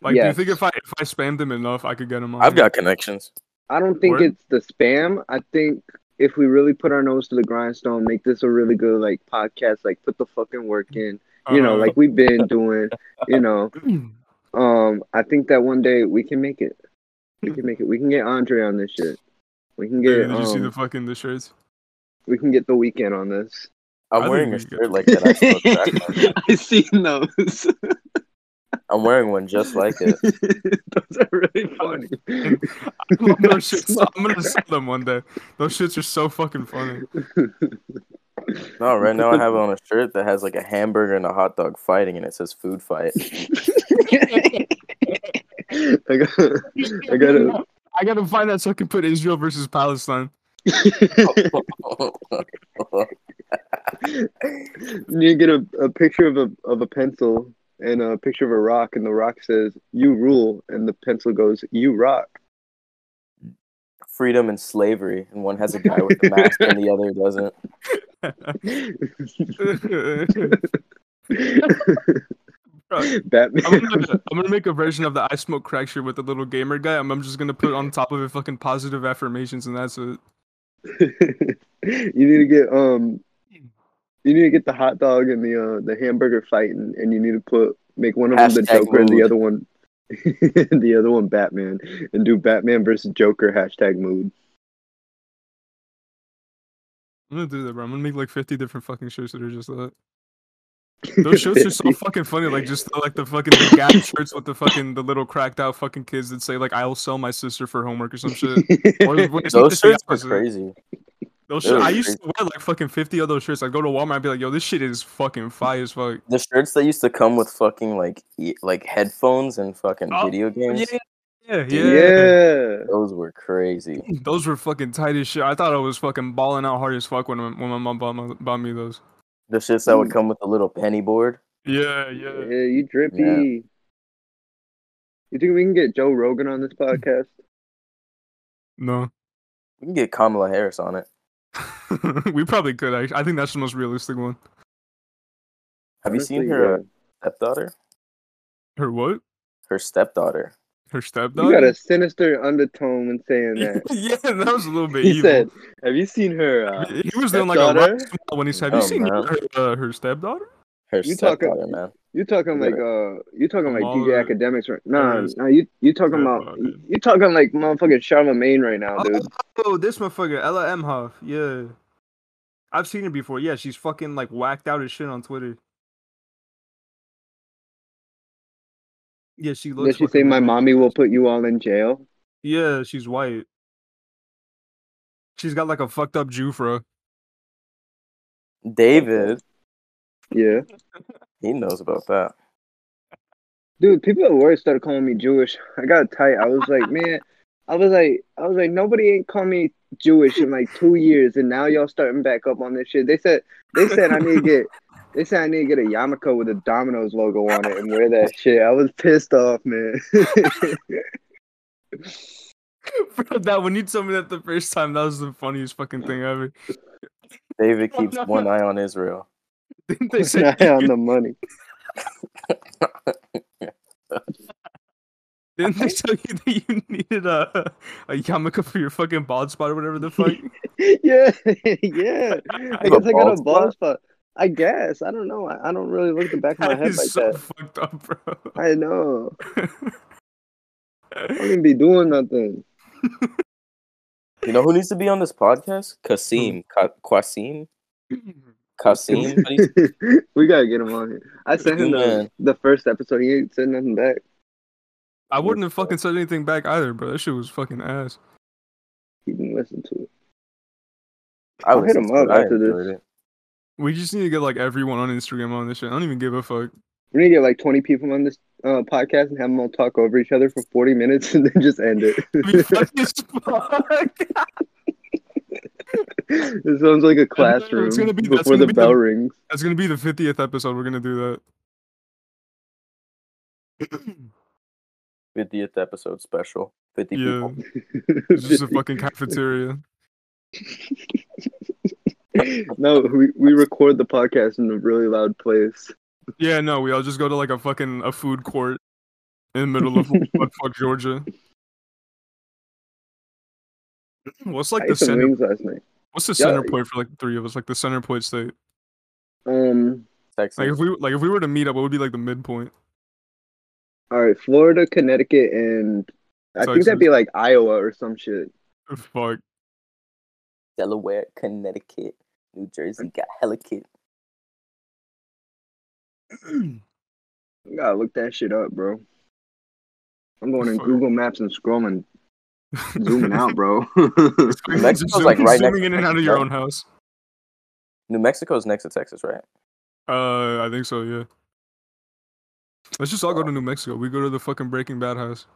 Speaker 1: Like, do you
Speaker 2: Yes.
Speaker 1: think if I if I spammed him enough, I could get him on?
Speaker 3: I've got connections.
Speaker 2: I don't think
Speaker 1: Word.
Speaker 2: it's the spam. I think if we really put our nose to the grindstone, make this a really good like podcast, like put the fucking work in. You know,
Speaker 1: Uh,
Speaker 2: like we've been doing. You know, um, I think that one day we can make it. We can make it. We can get Andre on this shit. We can
Speaker 1: Dude,
Speaker 2: get.
Speaker 1: did you see
Speaker 2: um,
Speaker 1: the fucking the shirts?
Speaker 2: we can get the weekend on this.
Speaker 1: I
Speaker 3: I'm
Speaker 1: think
Speaker 3: wearing
Speaker 1: we
Speaker 3: a
Speaker 1: could-
Speaker 3: shirt like that. I saw Jack on.
Speaker 2: I seen those.
Speaker 3: I'm wearing one just like it.
Speaker 2: those are really funny.
Speaker 1: funny. I love those shits. I'm gonna sell them one day. Those shits are so fucking funny.
Speaker 3: No, right now I have on a shirt that has like a hamburger and a hot dog fighting, and it says "food fight."
Speaker 2: I got, I gotta-
Speaker 1: I gotta find that so I can put Israel versus Palestine.
Speaker 2: you get a, a picture of a of a pencil and a picture of a rock, and the rock says "You rule," and the pencil goes "You rock."
Speaker 3: Freedom and slavery, and one has a guy with a mask and the other doesn't.
Speaker 2: Batman.
Speaker 1: I'm gonna, I'm gonna make a version of the I smoke crack shirt with the little gamer guy. I'm, I'm just gonna put on top of it fucking positive affirmations, and that's it.
Speaker 2: you need to get um you need to get the hot dog and the uh the hamburger fighting and you need to put make one of them the
Speaker 3: Hashtag
Speaker 2: Joker and the
Speaker 3: mood.
Speaker 2: other one the other one Batman and do Batman versus Joker hashtag mood.
Speaker 1: I'm gonna do that, bro. I'm gonna make like 50 different fucking shirts that are just that. Those shirts are so fucking funny. Like just the, like the fucking the gap shirts with the fucking the little cracked out fucking kids that say like I'll sell my sister for homework or some shit. Or,
Speaker 2: funny.
Speaker 1: when it's
Speaker 3: Those
Speaker 1: just the
Speaker 3: shirts are
Speaker 1: opposite.
Speaker 3: crazy.
Speaker 1: Those
Speaker 3: Those
Speaker 1: shit,
Speaker 3: are
Speaker 1: I used to wear like fucking 50 of those shirts. I go to Walmart and be like, yo, this shit is fucking fire as fuck.
Speaker 3: The shirts that used to come with fucking like e- like headphones and fucking
Speaker 1: Oh,
Speaker 3: video games.
Speaker 1: yeah, Mm,
Speaker 2: yeah.
Speaker 3: Those were crazy.
Speaker 1: Those were fucking tight as shit. I thought I was fucking balling out hard as fuck when, my- when my mom bought, my, bought me those.
Speaker 3: The shits that would come with a little penny board.
Speaker 1: Yeah, yeah.
Speaker 2: Yeah, you drippy.
Speaker 3: Yeah.
Speaker 2: You think we can get Joe Rogan on this podcast?
Speaker 1: No.
Speaker 3: We can get Kamala Harris on it.
Speaker 1: we probably could actually. I think that's the most realistic one.
Speaker 3: Have you seen
Speaker 2: Honestly,
Speaker 3: her uh, stepdaughter?
Speaker 1: Her what?
Speaker 3: Her stepdaughter.
Speaker 1: Her
Speaker 3: uh,
Speaker 2: yeah. You got
Speaker 1: stepdaughter?
Speaker 2: a sinister undertone when saying that.
Speaker 1: yeah, that was a little bit
Speaker 2: he
Speaker 1: evil.
Speaker 2: said, "Have you seen her?" Uh,
Speaker 1: he he was doing like a
Speaker 2: stepdaughter? Oh,
Speaker 1: rock smile when he said, "Have
Speaker 3: No,
Speaker 1: you seen
Speaker 3: man.
Speaker 1: her, uh, her stepdaughter?"
Speaker 3: Her
Speaker 2: You talking-
Speaker 3: stepdaughter, man.
Speaker 2: You talking
Speaker 3: Look
Speaker 2: like
Speaker 3: at
Speaker 2: uh, you talking like
Speaker 1: Baller.
Speaker 2: DJ academics right? Nah,
Speaker 1: Yes.
Speaker 2: nah, you you talking
Speaker 1: Yeah,
Speaker 2: about
Speaker 1: okay.
Speaker 2: you talking like motherfucking Charlemagne right now, dude.
Speaker 1: Oh, this motherfucker, Ella Emhoff. Yeah, I've seen her before. Yeah, she's fucking like whacked out as shit on Twitter. Yeah, she
Speaker 2: Did she say my mommy will put you all in jail?
Speaker 1: Yeah, she's white. She's got like a fucked up Jew fro.
Speaker 3: David,
Speaker 2: Yeah,
Speaker 3: he knows about that.
Speaker 2: dude. People at work started calling me Jewish. I got tight. I was like, man, I was like, I was like, nobody ain't called me Jewish in like two years, and now y'all starting back up on this shit. They said they said I need to get. They said I need to get a yarmulke with a Domino's logo on it and wear that shit. I was pissed off, man.
Speaker 1: Bro, that when you told me that the first time, that was the funniest fucking thing ever.
Speaker 3: David
Speaker 1: Oh,
Speaker 3: keeps
Speaker 1: no.
Speaker 3: one eye on Israel.
Speaker 1: Didn't they say
Speaker 2: Eye on the money.
Speaker 1: Didn't they tell you that you needed a a yarmulke for your fucking bald spot or whatever the fuck?
Speaker 2: yeah, yeah. I
Speaker 3: a
Speaker 2: guess I got
Speaker 3: bald
Speaker 2: a bald spot. I guess I don't know. I, I don't really look the back of my
Speaker 1: that
Speaker 2: head
Speaker 1: is
Speaker 2: like
Speaker 1: so
Speaker 2: that.
Speaker 1: fucked up, bro.
Speaker 2: I know. I don't even be doing nothing.
Speaker 3: You know who needs to be on this podcast? Kasim. Ka- Qasim? Qasim? What do you-
Speaker 2: we gotta get him on here. I sent him the,
Speaker 3: Man.
Speaker 2: the first episode. He ain't said nothing back.
Speaker 1: I wouldn't have fucking said anything back either, bro. That shit was fucking ass.
Speaker 2: He didn't listen to it.
Speaker 3: I
Speaker 2: I'll
Speaker 3: was
Speaker 2: hit him up after this.
Speaker 1: We just need to get like everyone on Instagram on this shit. I don't even give a fuck.
Speaker 2: We need to get like twenty people on this uh, podcast and have them all talk over each other for forty minutes and then just end it.
Speaker 1: It'd be funny as fuck.
Speaker 2: this sounds like a classroom
Speaker 1: gonna be- that's
Speaker 2: before
Speaker 1: gonna be
Speaker 2: the
Speaker 1: the-
Speaker 2: bell rings.
Speaker 1: That's gonna be the fiftieth episode. We're gonna do that.
Speaker 3: 50th episode special. 50
Speaker 1: yeah,
Speaker 3: people.
Speaker 1: it's just a fucking cafeteria.
Speaker 2: no, we, we record the podcast in a really loud place.
Speaker 1: Yeah, no, we all just go to like a fucking a food court in the middle of fuck, fuck Georgia. What's
Speaker 2: I
Speaker 1: like
Speaker 2: ate
Speaker 1: the
Speaker 2: some
Speaker 1: center?
Speaker 2: wings last night.
Speaker 1: What's the
Speaker 2: Yeah.
Speaker 1: center point for like the three of us? Like the center point state.
Speaker 2: Um,
Speaker 3: Texas.
Speaker 1: Like if we like if we were to meet up, what would be like the midpoint?
Speaker 2: all right, Florida, Connecticut, and I think
Speaker 1: Texas.
Speaker 2: that'd be like Iowa or some shit.
Speaker 1: Fuck.
Speaker 3: Delaware, Connecticut, New Jersey got hella kid.
Speaker 2: I gotta look that shit up, bro. I'm going in
Speaker 1: Fuck.
Speaker 2: Google Maps and scrolling, zooming out, bro.
Speaker 3: Mexico's,
Speaker 1: Zoom-
Speaker 3: like, right next
Speaker 1: zooming
Speaker 3: to
Speaker 1: in and out of your
Speaker 3: Mexico.
Speaker 1: own house.
Speaker 3: New Mexico's next to Texas, right?
Speaker 1: Uh, I think so. Yeah. Let's just all go to New Mexico. We go to the fucking Breaking Bad house.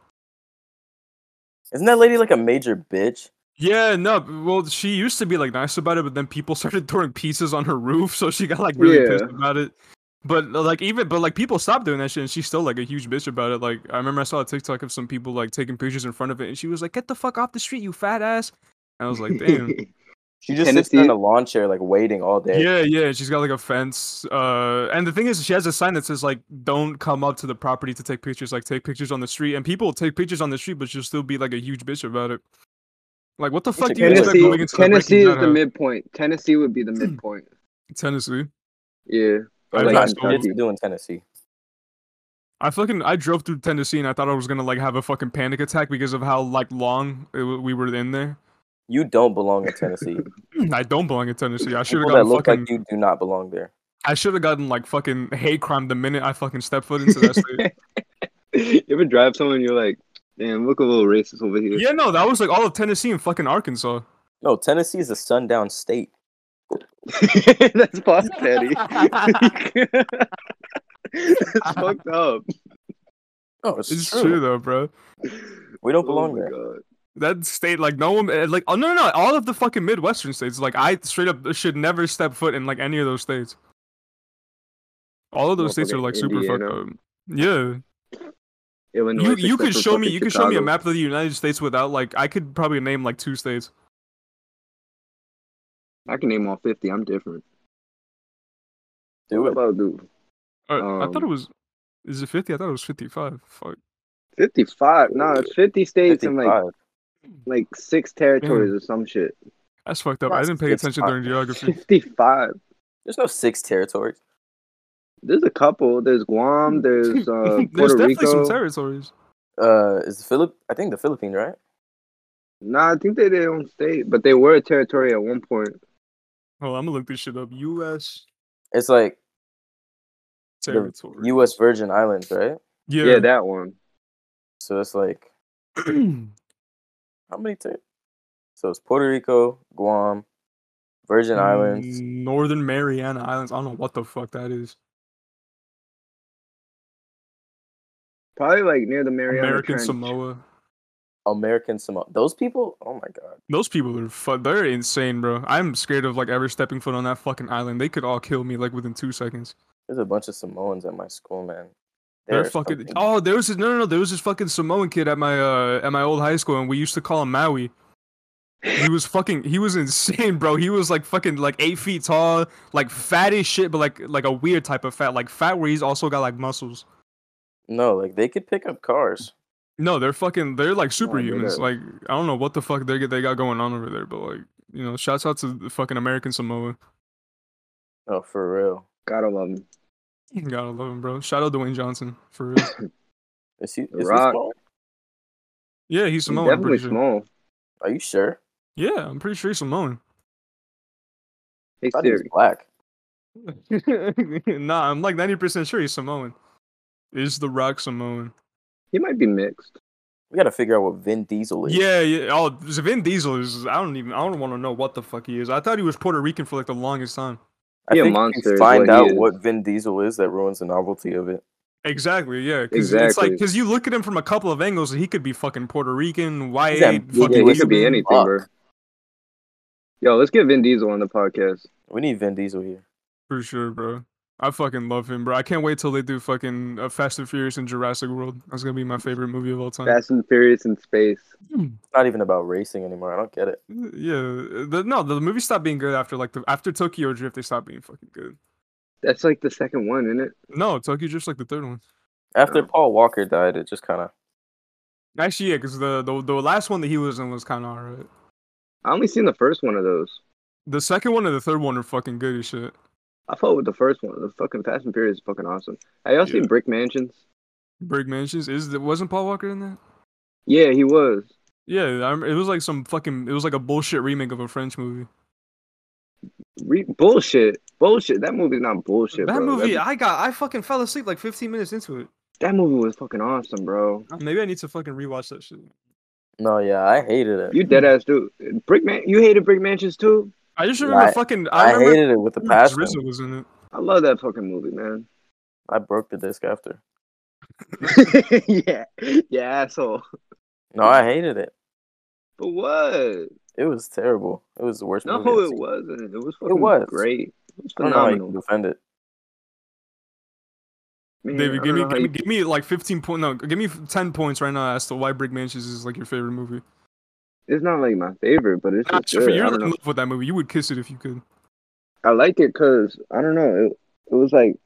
Speaker 3: Isn't that lady like a major bitch?
Speaker 1: Yeah, no. b- Well, she used to be like nice about it, but then people started throwing pieces on her roof, so she got like really pissed
Speaker 2: Yeah.
Speaker 1: about it. But uh, like even but like people stopped doing that shit, and she's still like a huge bitch about it. Like I remember I saw a TikTok of some people like taking pictures in front of it, and she was like, "Get the fuck off the street, you fat ass!" And I was like, "Damn."
Speaker 3: She just sits
Speaker 2: Tennessee-
Speaker 3: there in a lawn chair, like waiting all day.
Speaker 1: Yeah, yeah, she's got like a fence. Uh, and the thing is, she has a sign that says like, "Don't come up to the property to take pictures. Like, take pictures on the street." And people take pictures on the street, but she'll still be like a huge bitch about it. Like, what the fuck
Speaker 3: a
Speaker 1: do you
Speaker 3: good
Speaker 1: expect
Speaker 2: Tennessee,
Speaker 1: going into the
Speaker 2: Tennessee
Speaker 1: Breaking
Speaker 2: is
Speaker 1: Bad
Speaker 2: the
Speaker 1: house?
Speaker 2: midpoint. Tennessee would be the midpoint.
Speaker 1: Tennessee?
Speaker 2: Yeah,
Speaker 3: But,
Speaker 1: I
Speaker 3: like,
Speaker 1: drive
Speaker 3: it's
Speaker 1: through-
Speaker 3: to do in Tennessee.
Speaker 1: I fucking I drove through Tennessee and I thought I was gonna like have a fucking panic attack because of how like long it, w- we were in there.
Speaker 3: You don't belong in Tennessee.
Speaker 1: I don't belong in Tennessee. I should have
Speaker 3: Hmm. People that
Speaker 1: gotten
Speaker 3: look
Speaker 1: fucking
Speaker 3: like you do not belong there.
Speaker 1: I should have gotten like fucking hate crime the minute I fucking stepped foot into that state.
Speaker 2: you ever drive someone? You're like, damn, look a little racist over here.
Speaker 1: yeah, no, that was like all of Tennessee and fucking Arkansas.
Speaker 3: No, Tennessee is a sundown state.
Speaker 2: That's boss daddy. That's fucked up.
Speaker 3: No, it's,
Speaker 1: It's
Speaker 3: true.
Speaker 1: true. though, bro.
Speaker 3: We don't
Speaker 2: oh
Speaker 3: belong
Speaker 2: my
Speaker 3: there.
Speaker 2: God.
Speaker 1: That state, like no one, eh, like oh no, no, no, all of the fucking midwestern states. Like I straight up should never step foot in like any of those states. All of those states are
Speaker 2: Motherfucking
Speaker 1: like super
Speaker 2: Indiana.
Speaker 1: fucked up. Yeah.
Speaker 2: Illinois
Speaker 1: you you
Speaker 2: except
Speaker 1: could
Speaker 2: for
Speaker 1: show me
Speaker 2: fucking
Speaker 1: you could show me a
Speaker 2: Chicago.
Speaker 1: map of the United States without like I could probably name like two states.
Speaker 2: I can name all fifty. I'm different.
Speaker 3: Do
Speaker 2: What
Speaker 3: it.
Speaker 2: about dude?
Speaker 1: Uh, I thought it
Speaker 2: Um,
Speaker 1: was is it fifty? I thought it was fifty five. Fuck.
Speaker 2: Fifty-five. No, it's fifty states and like
Speaker 3: 55.
Speaker 2: like six territories or some shit.
Speaker 1: That's fucked up. I
Speaker 3: That's-
Speaker 1: didn't pay
Speaker 3: it's
Speaker 1: attention
Speaker 3: fine.
Speaker 1: during geography.
Speaker 2: Fifty-five.
Speaker 3: There's no six territories.
Speaker 2: There's a couple. There's Guam. There's uh,
Speaker 1: Mm. There's
Speaker 2: Puerto
Speaker 1: definitely
Speaker 2: Rico.
Speaker 1: some territories.
Speaker 3: Uh, is the Philip? I think the Philippines, right?
Speaker 2: Nah, I think they did their own state, but they were a territory at one point.
Speaker 1: Well, I'm gonna look this shit up. U.S.
Speaker 3: It's like the
Speaker 1: territory.
Speaker 3: U.S. Virgin Islands, right?
Speaker 1: yeah.
Speaker 2: Yeah, that one.
Speaker 3: So it's like how many? Ter- so it's Puerto Rico, Guam, Virgin
Speaker 1: Mm.
Speaker 3: Islands.
Speaker 1: Northern Mariana Islands. I don't know what the fuck that is.
Speaker 2: Probably like near the Mariana
Speaker 1: American
Speaker 2: Trench.
Speaker 1: Samoa.
Speaker 3: American Samoa. Those people, oh my god.
Speaker 1: Those people are fu- they're insane, bro. I'm scared of like ever stepping foot on that fucking island. They could all kill me like within two seconds.
Speaker 3: There's a bunch of Samoans at my school, man.
Speaker 1: They're
Speaker 3: There's
Speaker 1: fucking.
Speaker 3: something-
Speaker 1: Oh, there was this, no, no, no. There was this fucking Samoan kid at my uh at my old high school, and we used to call him Maui. He was fucking. He was insane, bro. He was like fucking like eight feet tall, like fat as shit, but like like a weird type of fat, like fat where he's also got like muscles.
Speaker 3: no, like they could pick up cars.
Speaker 1: No, they're fucking. They're like
Speaker 3: No, they
Speaker 1: superhumans.
Speaker 3: don't.
Speaker 1: like Oh, I don't know what the fuck they they got going on over there, but like you know, shouts out to the fucking American Samoa.
Speaker 3: Oh, for real.
Speaker 2: Gotta love them.
Speaker 1: Gotta love him, bro. Shout out Dwayne Johnson for real.
Speaker 3: Is he? Is
Speaker 2: The
Speaker 3: he
Speaker 2: Rock.
Speaker 3: small?
Speaker 1: yeah, he's
Speaker 2: He's
Speaker 1: Samoan. I'm
Speaker 2: definitely
Speaker 1: pretty sure.
Speaker 2: small.
Speaker 3: Are you sure?
Speaker 1: Yeah, I'm pretty sure he's Samoan.
Speaker 2: Hey
Speaker 3: I thought he was
Speaker 2: Siri,
Speaker 3: black.
Speaker 1: nah, I'm like 90% sure he's Samoan. Is The Rock Samoan?
Speaker 2: he might be mixed.
Speaker 3: We gotta figure out what Vin Diesel is.
Speaker 1: Yeah, yeah. Oh, Vin Diesel is. I don't even. I don't want to know what the fuck he is. I thought he was Puerto Rican for like the longest time.
Speaker 3: I
Speaker 2: He a
Speaker 3: think
Speaker 2: monster
Speaker 3: If you
Speaker 2: is
Speaker 3: find
Speaker 2: what he
Speaker 3: out
Speaker 2: is.
Speaker 3: what Vin Diesel is, that ruins the novelty of it.
Speaker 1: Exactly. Yeah. Cause It's like
Speaker 2: Exactly.
Speaker 1: because you look at him from a couple of angles, and he could be fucking Puerto Rican, white,
Speaker 3: ambiguous.
Speaker 1: fucking
Speaker 2: Yeah, he could be
Speaker 1: Cuban.
Speaker 2: anything,
Speaker 3: Fuck.
Speaker 2: bro. Yo, let's get Vin Diesel on the podcast.
Speaker 3: We need Vin Diesel here.
Speaker 1: for sure, bro. I fucking love him, bro. I can't wait till they do fucking uh, Fast and Furious and Jurassic World. That's gonna be my favorite movie of all time.
Speaker 2: Fast and Furious in space.
Speaker 3: It's not even about racing anymore. I don't get it.
Speaker 1: Yeah, the, no, the movie stopped being good after like the after Tokyo Drift. They stopped being fucking good.
Speaker 2: That's like the second one, isn't it?
Speaker 1: No, Tokyo Drift's like the third one.
Speaker 3: After Paul Walker died, it just kind of.
Speaker 1: Actually, yeah, because the, the the last one that he was in was kind of alright.
Speaker 2: I only seen the first one of those.
Speaker 1: The second one and the third one are fucking good as shit.
Speaker 2: I fought with the first one. The fucking Fast and Furious is fucking awesome. Have y'all seen
Speaker 1: Yeah.
Speaker 2: Brick Mansions?
Speaker 1: Brig Mansions is the- wasn't Paul Walker in that?
Speaker 2: Yeah, he was.
Speaker 1: Yeah, I, rem- it was like some fucking it was like a bullshit remake of a French movie.
Speaker 2: Re- bullshit. Bullshit. That movie's not bullshit.
Speaker 1: that
Speaker 2: bro.
Speaker 1: movie,
Speaker 2: That,
Speaker 1: I got I fucking fell asleep like 15 minutes into it.
Speaker 2: that movie was fucking awesome, bro.
Speaker 1: Maybe I need to fucking rewatch that shit.
Speaker 3: No, yeah, I hated it.
Speaker 2: You dead ass dude. Brick Man, you hated Brick Mansions too?
Speaker 1: I just remember
Speaker 3: I-
Speaker 1: fucking I,
Speaker 3: I,
Speaker 1: remember
Speaker 3: hated it with the
Speaker 1: remember
Speaker 3: passion.
Speaker 1: Drizzo was in it.
Speaker 2: I love that fucking movie, man.
Speaker 3: I broke the disc after.
Speaker 2: yeah, yeah, asshole.
Speaker 3: No, I hated it.
Speaker 2: But what?
Speaker 3: It was terrible. It was the worst
Speaker 2: No,
Speaker 3: movie. I've
Speaker 2: it
Speaker 3: seen.
Speaker 2: wasn't. It was fucking
Speaker 3: was.
Speaker 2: great. It was
Speaker 3: I don't know how you
Speaker 2: phenomenal.
Speaker 3: can defend it.
Speaker 2: Man, I
Speaker 1: David, give
Speaker 2: don't
Speaker 1: me
Speaker 2: know how
Speaker 1: give, me
Speaker 2: you-
Speaker 1: give me like 15 point no, give me 10 points right now as to why Brig Mansions is like your favorite movie.
Speaker 2: It's not like my favorite, but it's
Speaker 1: Nah,
Speaker 2: just
Speaker 1: sure,
Speaker 2: good.
Speaker 1: you're
Speaker 2: I,
Speaker 1: in
Speaker 2: don't know.
Speaker 1: love with that movie. You would kiss it if you could.
Speaker 2: I like it because I don't know. It, it was like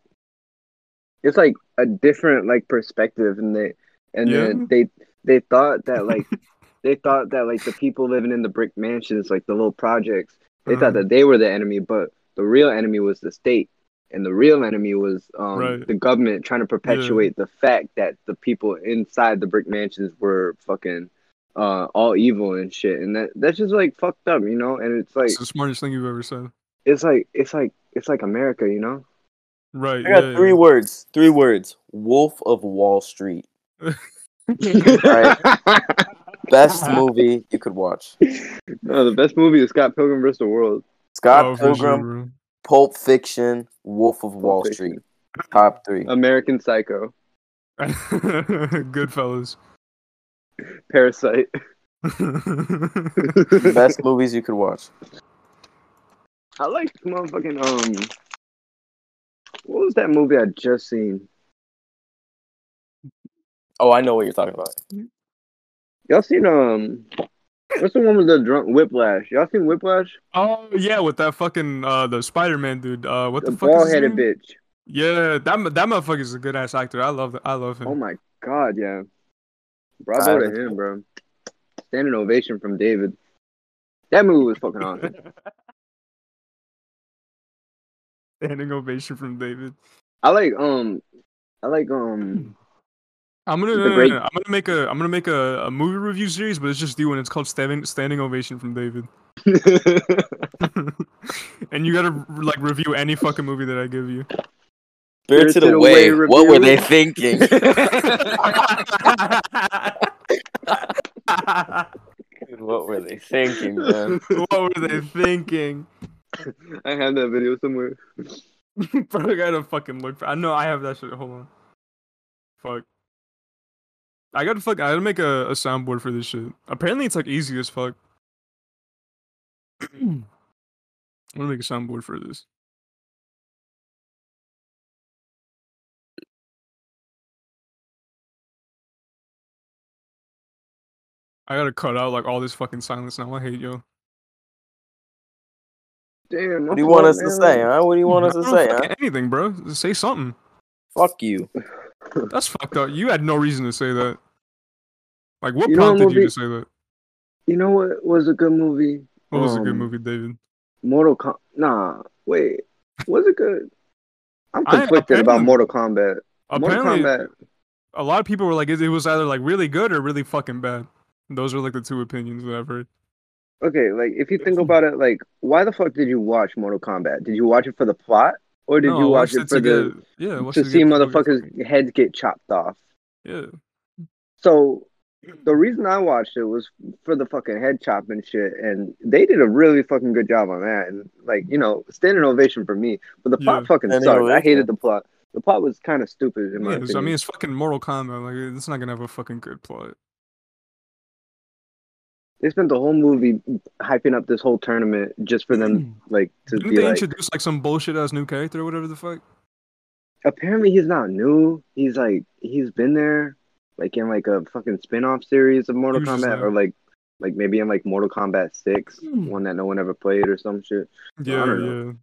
Speaker 2: it's like a different like perspective, and they and
Speaker 1: Yeah.
Speaker 2: then they they thought that like they thought that like the people living in the brick mansions, like the little projects, they
Speaker 1: Uh-huh.
Speaker 2: thought that they were the enemy, but the real enemy was the state, and the real enemy was um,
Speaker 1: Right.
Speaker 2: the government trying to perpetuate the fact that the people inside the brick mansions were fucking uh, all evil and shit, and that that's just like fucked up, you know. And it's like
Speaker 1: It's the smartest thing you've ever said.
Speaker 2: it's like it's like it's like America, you know.
Speaker 1: Right.
Speaker 3: I got
Speaker 1: yeah,
Speaker 3: three
Speaker 1: yeah.
Speaker 3: words. Three words. Wolf of Wall Street. Best movie you could watch.
Speaker 2: no, the best movie is Scott Pilgrim vs. the World.
Speaker 3: Scott
Speaker 1: Oh, for sure,
Speaker 3: Pilgrim,
Speaker 1: bro.
Speaker 3: Pulp Fiction, Wolf of Wall Street.
Speaker 2: Fiction.
Speaker 3: Top three.
Speaker 2: American Psycho,
Speaker 1: Goodfellas.
Speaker 2: Parasite.
Speaker 3: Best movies you could watch.
Speaker 2: I like motherfucking um. What was that movie I just seen?
Speaker 3: Oh, I know what you're talking about.
Speaker 2: Y'all seen um? What's the one with the drunk Whiplash? Y'all seen Whiplash?
Speaker 1: oh yeah, with that fucking uh the Spider Man dude. Uh what
Speaker 2: The
Speaker 1: the, fuck is his
Speaker 2: ball headed
Speaker 1: name?
Speaker 2: bitch.
Speaker 1: Yeah, that m- that motherfucker's a good ass actor. I love that. I love him.
Speaker 2: Oh my god, yeah.
Speaker 3: I
Speaker 2: Bravo
Speaker 3: haven't-
Speaker 2: to him, bro. Standing ovation from David. That movie was fucking awesome.
Speaker 1: Standing ovation from David.
Speaker 2: I like um, I like um.
Speaker 1: I'm gonna
Speaker 2: The
Speaker 1: no, no, no,
Speaker 2: great-
Speaker 1: no. I'm gonna make a I'm gonna make a, a movie review series, but it's just you and it's called Standing Standing Ovation from David. and you gotta like review any fucking movie that I give you.
Speaker 3: Spirited
Speaker 2: Spirited
Speaker 3: Away.
Speaker 2: Away
Speaker 3: What were
Speaker 2: review.
Speaker 3: they thinking? what were they thinking, man?
Speaker 1: what were they thinking?
Speaker 2: I have that video somewhere.
Speaker 1: Bro, I gotta fucking look for. I know I have that shit. Hold on. Fuck. I gotta fuck. I gotta make a, a soundboard for this shit. Apparently, it's like easy as fuck. I'm gonna make a soundboard for this. I gotta cut out like all this fucking silence now. I hate yo.
Speaker 2: Damn.
Speaker 3: What do you want us to say, huh? What do you want us to
Speaker 1: I don't
Speaker 3: say,
Speaker 1: fucking
Speaker 3: huh?
Speaker 1: Anything, bro. Say something.
Speaker 3: Fuck you.
Speaker 1: That's fucked up. You had no reason to say that. Like, what
Speaker 2: You know what
Speaker 1: prompted you
Speaker 2: movie-
Speaker 1: to say that?
Speaker 2: You know what was a good movie?
Speaker 1: What was a good
Speaker 2: Um,
Speaker 1: movie, David?
Speaker 2: Mortal Com. Nah, wait. Was it good? I'm
Speaker 1: I-
Speaker 2: conflicted about
Speaker 1: apparently-
Speaker 2: Mortal Kombat.
Speaker 1: Apparently,
Speaker 2: Mortal Kombat.
Speaker 1: a lot of people were like, it, it was either like really good or really fucking bad. Those are like the two opinions that I've heard.
Speaker 2: Okay, like if you think about it, like why the fuck did you watch Mortal Kombat? Did you watch it for the plot, or did
Speaker 1: No,
Speaker 2: you
Speaker 1: I
Speaker 2: watch
Speaker 1: watched
Speaker 2: it
Speaker 1: to
Speaker 2: for the
Speaker 1: get- yeah, I watched
Speaker 2: to
Speaker 1: get
Speaker 2: see
Speaker 1: fucking-
Speaker 2: motherfuckers' heads get chopped off?
Speaker 1: Yeah,
Speaker 2: So the reason I watched it was for the fucking head chopping shit, and they did a really fucking good job on that. And like you know, standing ovation for me, but the plot
Speaker 1: Yeah.
Speaker 2: fucking
Speaker 3: Standing
Speaker 2: sucked. I
Speaker 3: ovation.
Speaker 2: hated the plot. The plot was kind of stupid in my
Speaker 1: yeah it's- I
Speaker 2: opinion.
Speaker 1: mean, it's fucking Mortal Kombat. Like, it's not gonna have a fucking good plot.
Speaker 2: they spent the whole movie hyping up this whole tournament just for them, like to
Speaker 1: Didn't
Speaker 2: be
Speaker 1: they
Speaker 2: like,
Speaker 1: introduce like some bullshit ass new character or whatever the fuck?
Speaker 2: apparently he's not new. He's like he's been there, like in like a fucking spin-off series of Mortal
Speaker 1: was just
Speaker 2: Kombat,
Speaker 1: there.
Speaker 2: or like like maybe in like Mortal Kombat Six,
Speaker 1: Hmm.
Speaker 2: one that no one ever played or some shit.
Speaker 1: Yeah,
Speaker 2: don't know.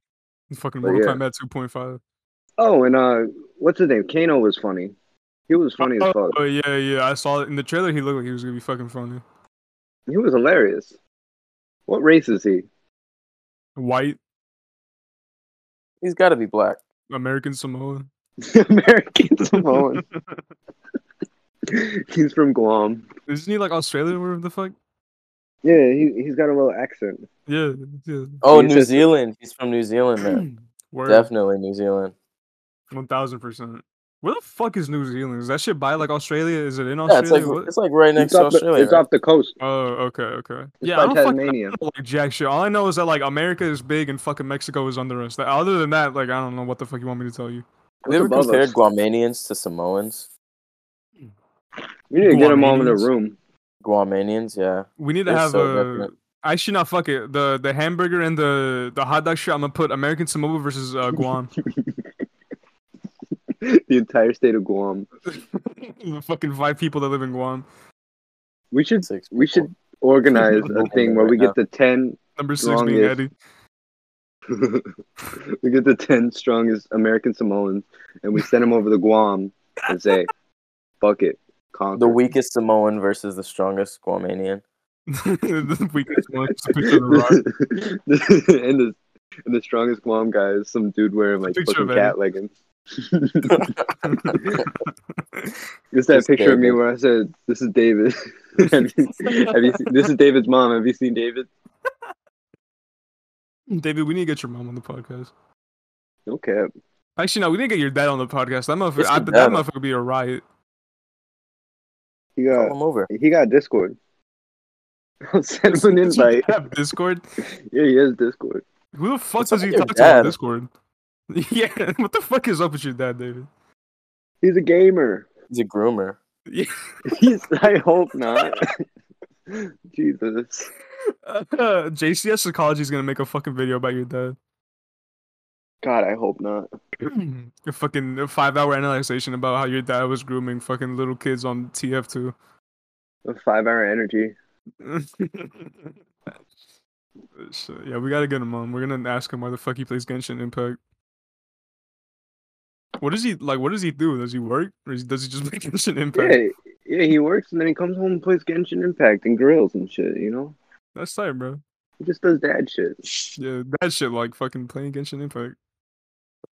Speaker 1: yeah. Fucking
Speaker 2: But
Speaker 1: Mortal
Speaker 2: yeah.
Speaker 1: Kombat 2.5.
Speaker 2: Oh, and uh, what's his name? Kano was funny. He was funny as
Speaker 1: Oh,
Speaker 2: fuck.
Speaker 1: yeah, yeah. I saw it in the trailer. He looked like he was gonna be fucking funny.
Speaker 2: He was hilarious. What race is he?
Speaker 1: White
Speaker 3: He's got to be black.
Speaker 1: American Samoa.
Speaker 2: American Samoan. he's from Guam.
Speaker 1: Isn't he like Australian? or Where the fuck?
Speaker 2: Yeah, he he's got a little accent.
Speaker 1: Yeah, yeah. Hmm.
Speaker 3: Oh,
Speaker 2: He's
Speaker 3: New
Speaker 2: just-
Speaker 3: Zealand. He's from New Zealand, man.
Speaker 1: Word.
Speaker 3: Definitely New Zealand.
Speaker 1: One thousand percent. Where the fuck is New Zealand? Is that shit by like Australia? Is it in
Speaker 3: Yeah, it's
Speaker 1: Australia?
Speaker 3: like
Speaker 1: Oh, What-
Speaker 3: it's like right
Speaker 2: It's
Speaker 3: next to
Speaker 2: off, the,
Speaker 3: Australia.
Speaker 2: it's off the coast.
Speaker 1: oh, okay, okay.
Speaker 2: It's
Speaker 1: yeah, I
Speaker 2: by
Speaker 1: don't fucking I
Speaker 2: Tasmania.
Speaker 1: don't know, like jack shit. All I know is that like America is big and fucking Mexico is under us. That, other than that, like I don't know what the fuck you want me to tell you.
Speaker 3: We ever
Speaker 2: above
Speaker 3: compared
Speaker 2: us?
Speaker 3: Guamanians to Samoans?
Speaker 2: We need to get him all in the
Speaker 1: Guamanians.
Speaker 2: room.
Speaker 3: Guamanians, yeah.
Speaker 1: We need to
Speaker 3: They're
Speaker 1: have
Speaker 3: so
Speaker 1: a.
Speaker 3: different.
Speaker 1: Actually, not fuck it. The the hamburger and the the hot dog shit. I'm gonna put American Samoa versus uh, Guam.
Speaker 2: the entire state of Guam.
Speaker 1: the fucking five people that live in Guam.
Speaker 2: We should
Speaker 3: Six
Speaker 2: we
Speaker 3: people.
Speaker 2: should organize a
Speaker 3: Google
Speaker 2: thing
Speaker 3: it
Speaker 2: where we get
Speaker 3: right
Speaker 2: the ten
Speaker 1: Number six
Speaker 2: Wrong
Speaker 1: being
Speaker 2: is-
Speaker 1: Eddie.
Speaker 2: we get the ten strongest American Samoans and we send them over to Guam and say, "Fuck it, conquer."
Speaker 3: the weakest Samoan versus the strongest Guamanian.
Speaker 1: the weakest one. Just a picture of the rock.
Speaker 2: and the and the strongest Guam guy is some dude wearing like
Speaker 1: Picture
Speaker 2: fucking
Speaker 1: of
Speaker 2: cat leggings. It's that
Speaker 3: It's
Speaker 2: picture of me
Speaker 3: David.
Speaker 2: where I said, "This is David." have you, have you seen, this is David's mom. Have you seen David?
Speaker 1: David, we need to get your mom on the podcast.
Speaker 2: Okay.
Speaker 1: Actually, no, we didn't get your dad on the podcast. That motherfucker,
Speaker 3: Yes,
Speaker 1: I
Speaker 3: your
Speaker 1: bet that
Speaker 3: dad.
Speaker 1: motherfucker be a riot.
Speaker 2: He
Speaker 3: Call
Speaker 1: Oh.
Speaker 2: got
Speaker 3: him over.
Speaker 2: he got Discord. I'll send him an invite.
Speaker 1: Have Discord.
Speaker 2: Yeah, he has Discord.
Speaker 1: Who the fuck
Speaker 3: What's
Speaker 1: does
Speaker 3: up
Speaker 1: he
Speaker 3: with your
Speaker 1: talk to on
Speaker 3: dad?
Speaker 1: Discord? Yeah, what the fuck is up with your dad, David?
Speaker 2: He's a gamer.
Speaker 3: He's a groomer.
Speaker 2: He's. I hope not. Jesus.
Speaker 1: Uh, JCS Psychology is gonna make a fucking video about your dad.
Speaker 2: God, I hope not.
Speaker 1: a fucking five hour analyzation about how your dad was grooming fucking little kids on TF2.
Speaker 2: A five-hour energy.
Speaker 1: so, yeah, we gotta get him on. We're gonna ask him why the fuck he plays Genshin Impact. What does he like? What does he do? Does he work, or is- does he just make Genshin Impact?
Speaker 2: Yeah, yeah. He works and then he comes home and plays Genshin Impact and grills and shit. You know,
Speaker 1: That's tight, bro.
Speaker 2: he just does dad shit.
Speaker 1: Yeah, that shit like fucking playing Genshin Impact.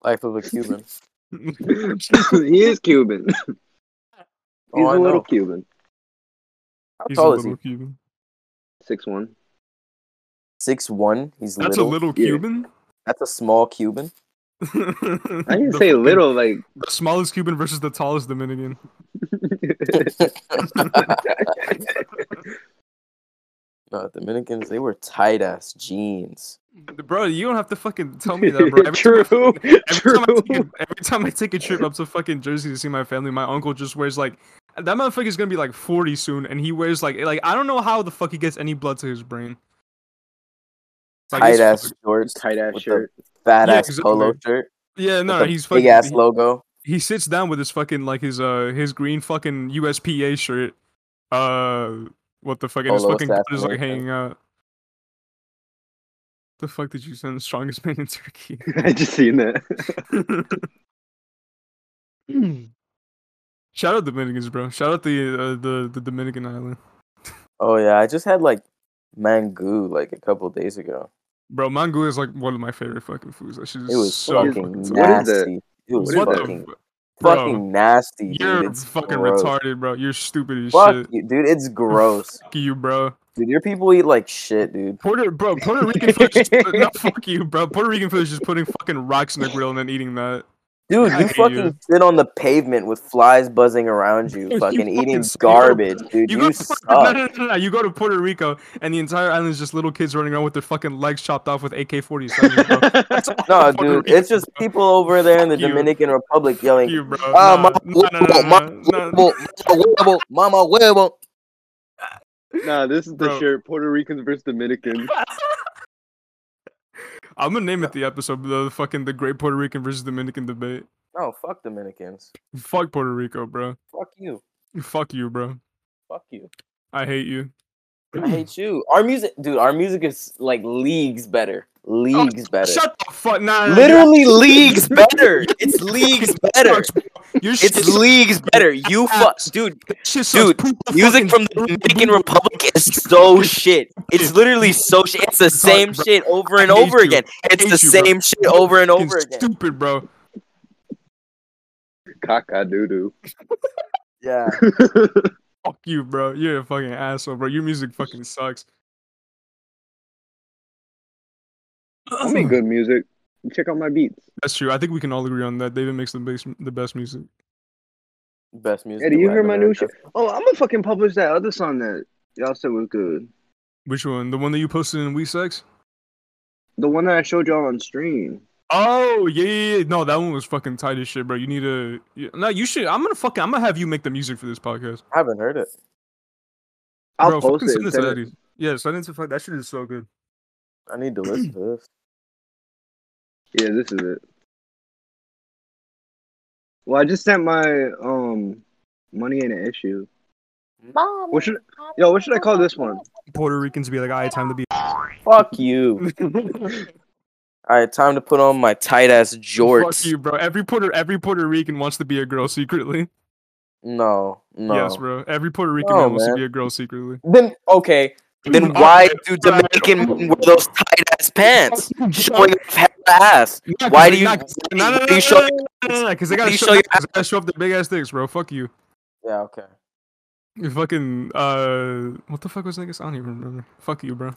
Speaker 3: Life of a Cuban.
Speaker 2: he is Cuban. He's
Speaker 3: oh, I
Speaker 2: a little
Speaker 3: know.
Speaker 2: Cuban.
Speaker 3: How
Speaker 1: He's a
Speaker 3: tall is he?
Speaker 1: little Cuban.
Speaker 2: Six one.
Speaker 3: Six one. He's
Speaker 1: That's a
Speaker 3: little.
Speaker 1: little
Speaker 2: yeah.
Speaker 1: Cuban.
Speaker 3: That's a small Cuban.
Speaker 2: I didn't
Speaker 1: The
Speaker 2: say
Speaker 1: fucking-
Speaker 2: little. Like
Speaker 1: The smallest Cuban versus the tallest Dominican.
Speaker 3: No, Dominicans. They wear tight ass jeans.
Speaker 1: Bro, you don't have to fucking tell me that, bro. Every
Speaker 2: true.
Speaker 1: Time I, every, time I take
Speaker 2: true.
Speaker 1: a, every time I take a trip up to fucking Jersey to see my family, my uncle just wears like that motherfucker's gonna be like 40 soon, and he wears like like I don't know how the fuck he gets any blood to his brain. Like,
Speaker 3: Tight
Speaker 1: it's
Speaker 3: ass
Speaker 1: fuck-
Speaker 3: shorts.
Speaker 2: Tight ass
Speaker 3: With the-
Speaker 2: shirt.
Speaker 3: Fat
Speaker 1: Yeah,
Speaker 3: ass polo
Speaker 1: exactly.
Speaker 3: shirt.
Speaker 1: Yeah,
Speaker 3: with
Speaker 1: no,
Speaker 3: the
Speaker 1: he's
Speaker 3: big
Speaker 1: fucking.
Speaker 3: ass
Speaker 1: he-
Speaker 3: logo.
Speaker 1: he sits down with his fucking like his uh his green fucking USPA shirt. Uh, what the fuck? And his
Speaker 3: Polo
Speaker 1: fucking gut is like
Speaker 3: assassination.
Speaker 1: hanging out. The fuck did you send strongest man in Turkey?
Speaker 2: I just seen that.
Speaker 1: Shout out Dominicans, bro. Shout out the uh, the the Dominican island,
Speaker 3: Oh yeah, I just had like mango like a couple days ago.
Speaker 1: bro. Mango is like one of my favorite fucking foods. That shit is
Speaker 3: It was
Speaker 1: so
Speaker 3: fucking
Speaker 1: delicious.
Speaker 2: What is it?
Speaker 3: nasty. It was
Speaker 2: What
Speaker 1: What
Speaker 2: is
Speaker 3: fucking
Speaker 1: the f- bro,
Speaker 3: fucking nasty, dude.
Speaker 1: You're
Speaker 3: it's
Speaker 1: fucking
Speaker 3: gross.
Speaker 1: retarded, bro. You're stupid as
Speaker 3: Fuck
Speaker 1: shit.
Speaker 3: you, dude. It's gross,
Speaker 1: Fuck you, bro.
Speaker 3: dude. Your people eat like shit, dude.
Speaker 1: Puerto, bro, Puerto Rican food. Is just, no, fuck you, bro. Puerto Rican food is just putting fucking rocks in the grill and then eating that.
Speaker 3: Dude,
Speaker 1: I
Speaker 3: you
Speaker 1: hate
Speaker 3: fucking
Speaker 1: you.
Speaker 3: sit on the pavement with flies buzzing around you,
Speaker 1: Dude, you
Speaker 3: fucking
Speaker 1: fucking
Speaker 3: eating
Speaker 1: suck. You go to-
Speaker 3: garbage, dude. You,
Speaker 1: go to
Speaker 3: suck.
Speaker 1: Puerto, no, no, no, no, You go to Puerto Rico and the entire island is just little kids running around with their fucking legs chopped off with AK-47. Bro. That's all
Speaker 3: No,
Speaker 1: Puerto
Speaker 3: dude,
Speaker 1: Rican,
Speaker 3: it's just
Speaker 1: bro.
Speaker 3: people over there in the
Speaker 1: Fuck you.
Speaker 3: Dominican Republic
Speaker 1: Fuck
Speaker 3: yelling,
Speaker 1: you, bro.
Speaker 3: "Ah,
Speaker 1: Nah,
Speaker 3: mama,
Speaker 1: nah, nah, nah,
Speaker 3: huevo,
Speaker 1: nah, nah.
Speaker 3: mama, huevo, mama, huevo."
Speaker 2: Nah, this is the
Speaker 1: Bro.
Speaker 2: shirt. Puerto Ricans versus Dominicans.
Speaker 1: I'm gonna name it the episode the fucking the Great Puerto Rican versus Dominican debate.
Speaker 3: No, fuck Dominicans.
Speaker 1: Fuck Puerto Rico, bro.
Speaker 3: Fuck you.
Speaker 1: Fuck you, bro.
Speaker 3: Fuck you.
Speaker 1: I hate you.
Speaker 3: I hate you. Our music, dude. Our music is like leagues better. Leagues better.
Speaker 1: Oh, Shut the fuck. Nah, nah, nah.
Speaker 3: Literally leagues better. It's leagues better.
Speaker 1: Sucks, bro. Your shit
Speaker 3: It's
Speaker 1: sucks.
Speaker 3: leagues better. You fuck, dude.
Speaker 1: That shit sucks.
Speaker 3: dude,
Speaker 1: Poop on
Speaker 3: Music
Speaker 1: fucking
Speaker 3: from the
Speaker 1: boo-
Speaker 3: Dominican
Speaker 1: boo-
Speaker 3: Republic is so shit. It's literally so shit. It's the same
Speaker 1: bro.
Speaker 3: shit over and
Speaker 1: I hate
Speaker 3: over
Speaker 1: you.
Speaker 3: again. It's
Speaker 1: hate
Speaker 3: the
Speaker 1: you, bro.
Speaker 3: same shit over and over
Speaker 1: fucking
Speaker 3: again.
Speaker 1: Stupid, bro.
Speaker 2: Caca doo
Speaker 3: Yeah.
Speaker 2: doo.
Speaker 1: Fuck you, bro. You're a fucking asshole, bro. Your music fucking sucks.
Speaker 2: I make good music. Check out my beats.
Speaker 1: That's true. I think we can all agree on that. David makes the best, the best music.
Speaker 3: Best music.
Speaker 2: Hey, do
Speaker 3: in
Speaker 2: you hear
Speaker 3: Latin
Speaker 2: my new
Speaker 3: America.
Speaker 2: shit? Oh, I'm gonna fucking publish that other song that y'all said was good.
Speaker 1: Which one? The one that you posted in We Sex?
Speaker 2: The one that I showed y'all on stream.
Speaker 1: Oh yeah, yeah, yeah. No, that one was fucking tight as shit, bro. You need to. yeah, No, you should. I'm gonna fucking. I'm gonna have you make the music for this podcast.
Speaker 3: I haven't heard it.
Speaker 2: I'll
Speaker 1: bro,
Speaker 2: post
Speaker 1: fucking
Speaker 2: it.
Speaker 1: send
Speaker 2: and
Speaker 1: it to
Speaker 2: send it.
Speaker 1: Eddie. Yeah, send it to fuck. That shit is so good.
Speaker 3: I need to listen to this.
Speaker 2: Yeah, this is it. Well, I just sent my um money in an issue. What should yo? What should I call this one?
Speaker 1: Puerto Ricans be like, "I time to be."
Speaker 3: Fuck you. All right, time to put on my tight ass jorts.
Speaker 1: Fuck you, bro. Every Puerto every Puerto Rican wants to be a girl secretly.
Speaker 3: No, no.
Speaker 1: Yes, bro. Every Puerto Rican
Speaker 3: No,
Speaker 1: man wants to
Speaker 3: man.
Speaker 1: be a girl secretly.
Speaker 3: Then okay. Then
Speaker 1: All
Speaker 3: why
Speaker 1: right,
Speaker 3: do
Speaker 1: all right.
Speaker 3: Dominican men wear those tight ass pants?
Speaker 1: Fuck you,
Speaker 3: Showing
Speaker 1: bro.
Speaker 3: off half ass.
Speaker 1: Nah, 'cause
Speaker 3: Why
Speaker 1: they-
Speaker 3: do you-
Speaker 1: nah, 'cause- No, no,
Speaker 3: why
Speaker 1: no,
Speaker 3: do
Speaker 1: no,
Speaker 3: you show
Speaker 1: no, no, no, no, because they
Speaker 3: why
Speaker 1: gotta
Speaker 3: do you
Speaker 1: show,
Speaker 3: show your
Speaker 1: 'cause they gotta show up their big ass dicks, bro. Fuck you.
Speaker 3: Yeah, okay.
Speaker 1: You fucking uh, what the fuck was niggas? I don't even remember. Fuck you, bro.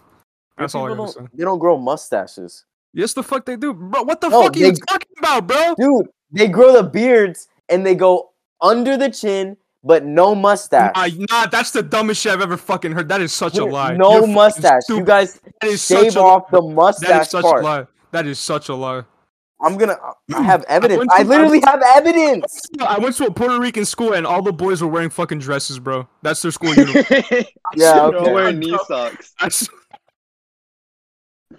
Speaker 1: That's all I
Speaker 3: People
Speaker 1: gotta say.
Speaker 3: don't, they don't grow mustaches.
Speaker 1: Yes, the fuck they do, bro. What the
Speaker 3: No,
Speaker 1: fuck are you
Speaker 3: they-
Speaker 1: talking about, bro?
Speaker 3: Dude, they grow the beards and they go under the chin, but no mustache.
Speaker 1: Nah, nah, that's the dumbest shit I've ever fucking heard. That is such a
Speaker 3: Dude,
Speaker 1: lie. You're
Speaker 3: No
Speaker 1: fucking
Speaker 3: mustache. You
Speaker 1: stupid.
Speaker 3: guys
Speaker 1: That is such
Speaker 3: shave
Speaker 1: a
Speaker 3: off the
Speaker 1: That is
Speaker 3: mustache
Speaker 1: such a
Speaker 3: part.
Speaker 1: lie. That is such a lie.
Speaker 3: I'm gonna. I have evidence.
Speaker 1: went
Speaker 3: I
Speaker 1: to-
Speaker 3: literally have evidence.
Speaker 1: I went to a Puerto Rican school and all the boys were wearing fucking dresses, bro. That's their school uniform.
Speaker 3: Yeah,
Speaker 1: should've
Speaker 3: okay.
Speaker 1: worn-
Speaker 2: Wearing knee socks.
Speaker 1: I s-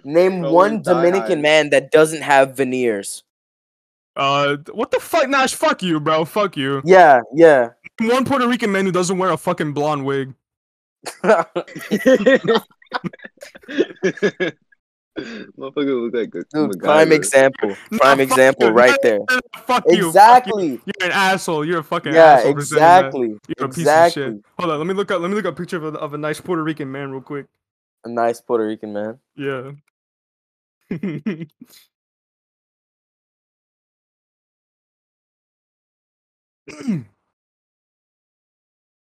Speaker 3: Name
Speaker 2: Bro,
Speaker 3: one
Speaker 2: it's die
Speaker 3: Dominican
Speaker 2: hard.
Speaker 3: man that doesn't have veneers.
Speaker 1: uh, what the fuck, Nash? Fuck you, bro. Fuck you.
Speaker 3: Yeah, yeah.
Speaker 1: One Puerto Rican man who doesn't wear a fucking blonde wig.
Speaker 3: Dude,
Speaker 2: Motherfucker look like a
Speaker 3: prime
Speaker 2: MacGyver.
Speaker 3: example.
Speaker 1: No,
Speaker 3: Prime
Speaker 1: fuck
Speaker 3: example
Speaker 1: you.
Speaker 3: right there.
Speaker 1: Uh, Fuck you.
Speaker 3: Exactly.
Speaker 1: Fuck you. You're an asshole. You're a fucking
Speaker 3: Yeah,
Speaker 1: asshole. for saying that.
Speaker 3: exactly.
Speaker 1: You're a piece of
Speaker 3: Exactly.
Speaker 1: shit. Hold on. Let me look up. Let me look up a picture of a, of a nice Puerto Rican man real quick.
Speaker 3: A nice Puerto Rican man.
Speaker 1: Yeah.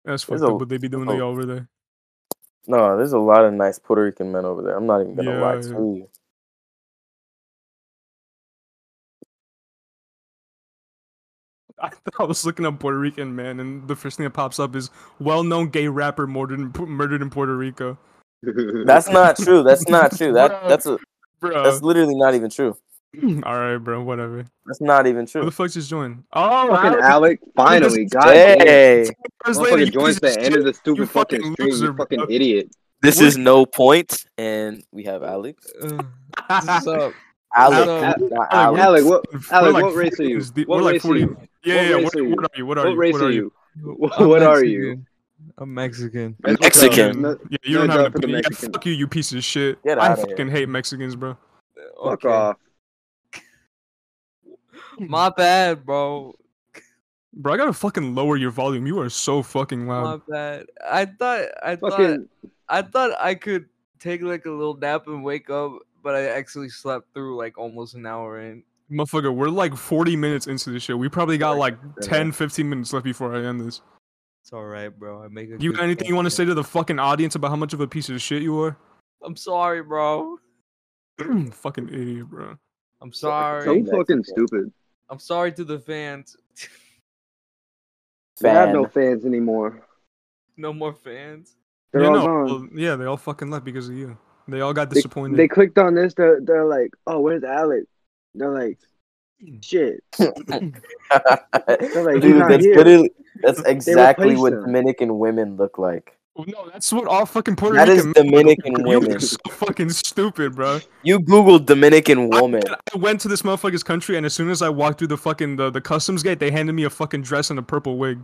Speaker 1: That's fucked
Speaker 3: a-
Speaker 1: up what they be doing to
Speaker 3: oh.
Speaker 1: y'all over there.
Speaker 3: No, there's a lot of nice Puerto Rican men over there. I'm not even gonna lie
Speaker 1: Yeah.
Speaker 3: to you.
Speaker 1: I, I was looking up Puerto Rican man, and the first thing that pops up is well-known gay rapper murdered in, murdered in Puerto Rico.
Speaker 3: That's not true. That's not true. That
Speaker 1: Bro.
Speaker 3: that's a
Speaker 1: Bro,
Speaker 3: that's literally not even true.
Speaker 1: all right, bro, whatever.
Speaker 3: That's not even
Speaker 1: Who
Speaker 3: true.
Speaker 1: the fuck just joined? Oh,
Speaker 2: fucking
Speaker 1: Alex,
Speaker 2: Alec. Finally, god damn.
Speaker 3: Hey,
Speaker 1: first lady,
Speaker 2: Motherfucker
Speaker 1: you
Speaker 2: joins
Speaker 1: piece of
Speaker 2: the end of the
Speaker 1: You
Speaker 2: stupid
Speaker 1: fucking
Speaker 2: fucking stream.
Speaker 1: loser,
Speaker 2: You fucking
Speaker 1: bro.
Speaker 2: idiot.
Speaker 3: this
Speaker 1: What-
Speaker 3: is no point, and we have Alex.
Speaker 1: shit.
Speaker 4: What's
Speaker 1: Uh,
Speaker 4: up?
Speaker 3: Alec,
Speaker 4: Alex.
Speaker 1: Alex,
Speaker 3: not Alex.
Speaker 2: Alec, what?
Speaker 1: we're
Speaker 2: Alec,
Speaker 1: like
Speaker 2: what race are
Speaker 1: 40
Speaker 2: you?
Speaker 1: is deep.
Speaker 2: What
Speaker 1: We're like
Speaker 2: race are
Speaker 1: 40
Speaker 2: you?
Speaker 1: Yeah,
Speaker 2: What
Speaker 1: yeah, yeah.
Speaker 2: race
Speaker 1: What,
Speaker 2: are you?
Speaker 1: what are you? What are
Speaker 2: What
Speaker 1: you?
Speaker 2: race
Speaker 1: what
Speaker 2: are
Speaker 1: are
Speaker 2: you? What,
Speaker 4: I'm
Speaker 2: what are you?
Speaker 4: Mexican. I'm
Speaker 2: That's
Speaker 4: Mexican.
Speaker 2: what's up.
Speaker 3: Mexican.
Speaker 2: No-
Speaker 1: Yeah, you don't
Speaker 2: no
Speaker 1: have an
Speaker 2: job for the
Speaker 1: opinion. Yeah,
Speaker 2: Mexican.
Speaker 1: fuck you, you piece of shit.
Speaker 3: Get
Speaker 1: I
Speaker 3: outta here.
Speaker 1: fucking hate Mexicans, bro.
Speaker 2: Fuck
Speaker 4: Okay.
Speaker 2: off.
Speaker 4: My bad, bro.
Speaker 1: Bro, I gotta fucking lower your volume. You are so fucking
Speaker 4: My
Speaker 1: loud.
Speaker 4: bad. I thought I thought
Speaker 2: Fucking.
Speaker 4: I thought I could take like a little nap and wake up, but I actually slept through like almost an hour in.
Speaker 1: Motherfucker, we're like 40 minutes into this shit. We probably got like
Speaker 2: Yeah.
Speaker 1: 10, 15 minutes left before I end this.
Speaker 4: It's all right, bro. I make a
Speaker 1: You
Speaker 4: good
Speaker 1: got anything you want to say
Speaker 4: content.
Speaker 1: to the fucking audience about how much of a piece of shit you are?
Speaker 4: I'm sorry, bro.
Speaker 1: fucking idiot, bro.
Speaker 4: I'm
Speaker 2: So
Speaker 4: sorry.
Speaker 3: Mexican.
Speaker 2: fucking stupid.
Speaker 4: I'm sorry to the fans.
Speaker 2: We have
Speaker 3: Fan.
Speaker 2: no fans anymore.
Speaker 4: no more fans.
Speaker 2: They're
Speaker 1: yeah,
Speaker 2: all
Speaker 1: no,
Speaker 2: gone.
Speaker 1: well, yeah, they all fucking left because of you. They all got
Speaker 2: They,
Speaker 1: disappointed.
Speaker 2: they clicked on this. They're, they're like, oh, where's Alec? They're like, shit.
Speaker 3: Dude,
Speaker 2: he's not
Speaker 3: that's
Speaker 2: here.
Speaker 3: literally that's exactly
Speaker 2: replaced
Speaker 3: what
Speaker 2: him.
Speaker 3: Dominican women look like.
Speaker 1: No, that's what all fucking Puerto
Speaker 3: That is
Speaker 1: Rican
Speaker 3: Dominican
Speaker 1: men-
Speaker 3: women.
Speaker 1: You're so fucking stupid, bro.
Speaker 3: You Google Dominican woman.
Speaker 1: I, I went to this motherfucker's country, and as soon as I walked through the fucking the, the customs gate, they handed me a fucking dress and a purple wig.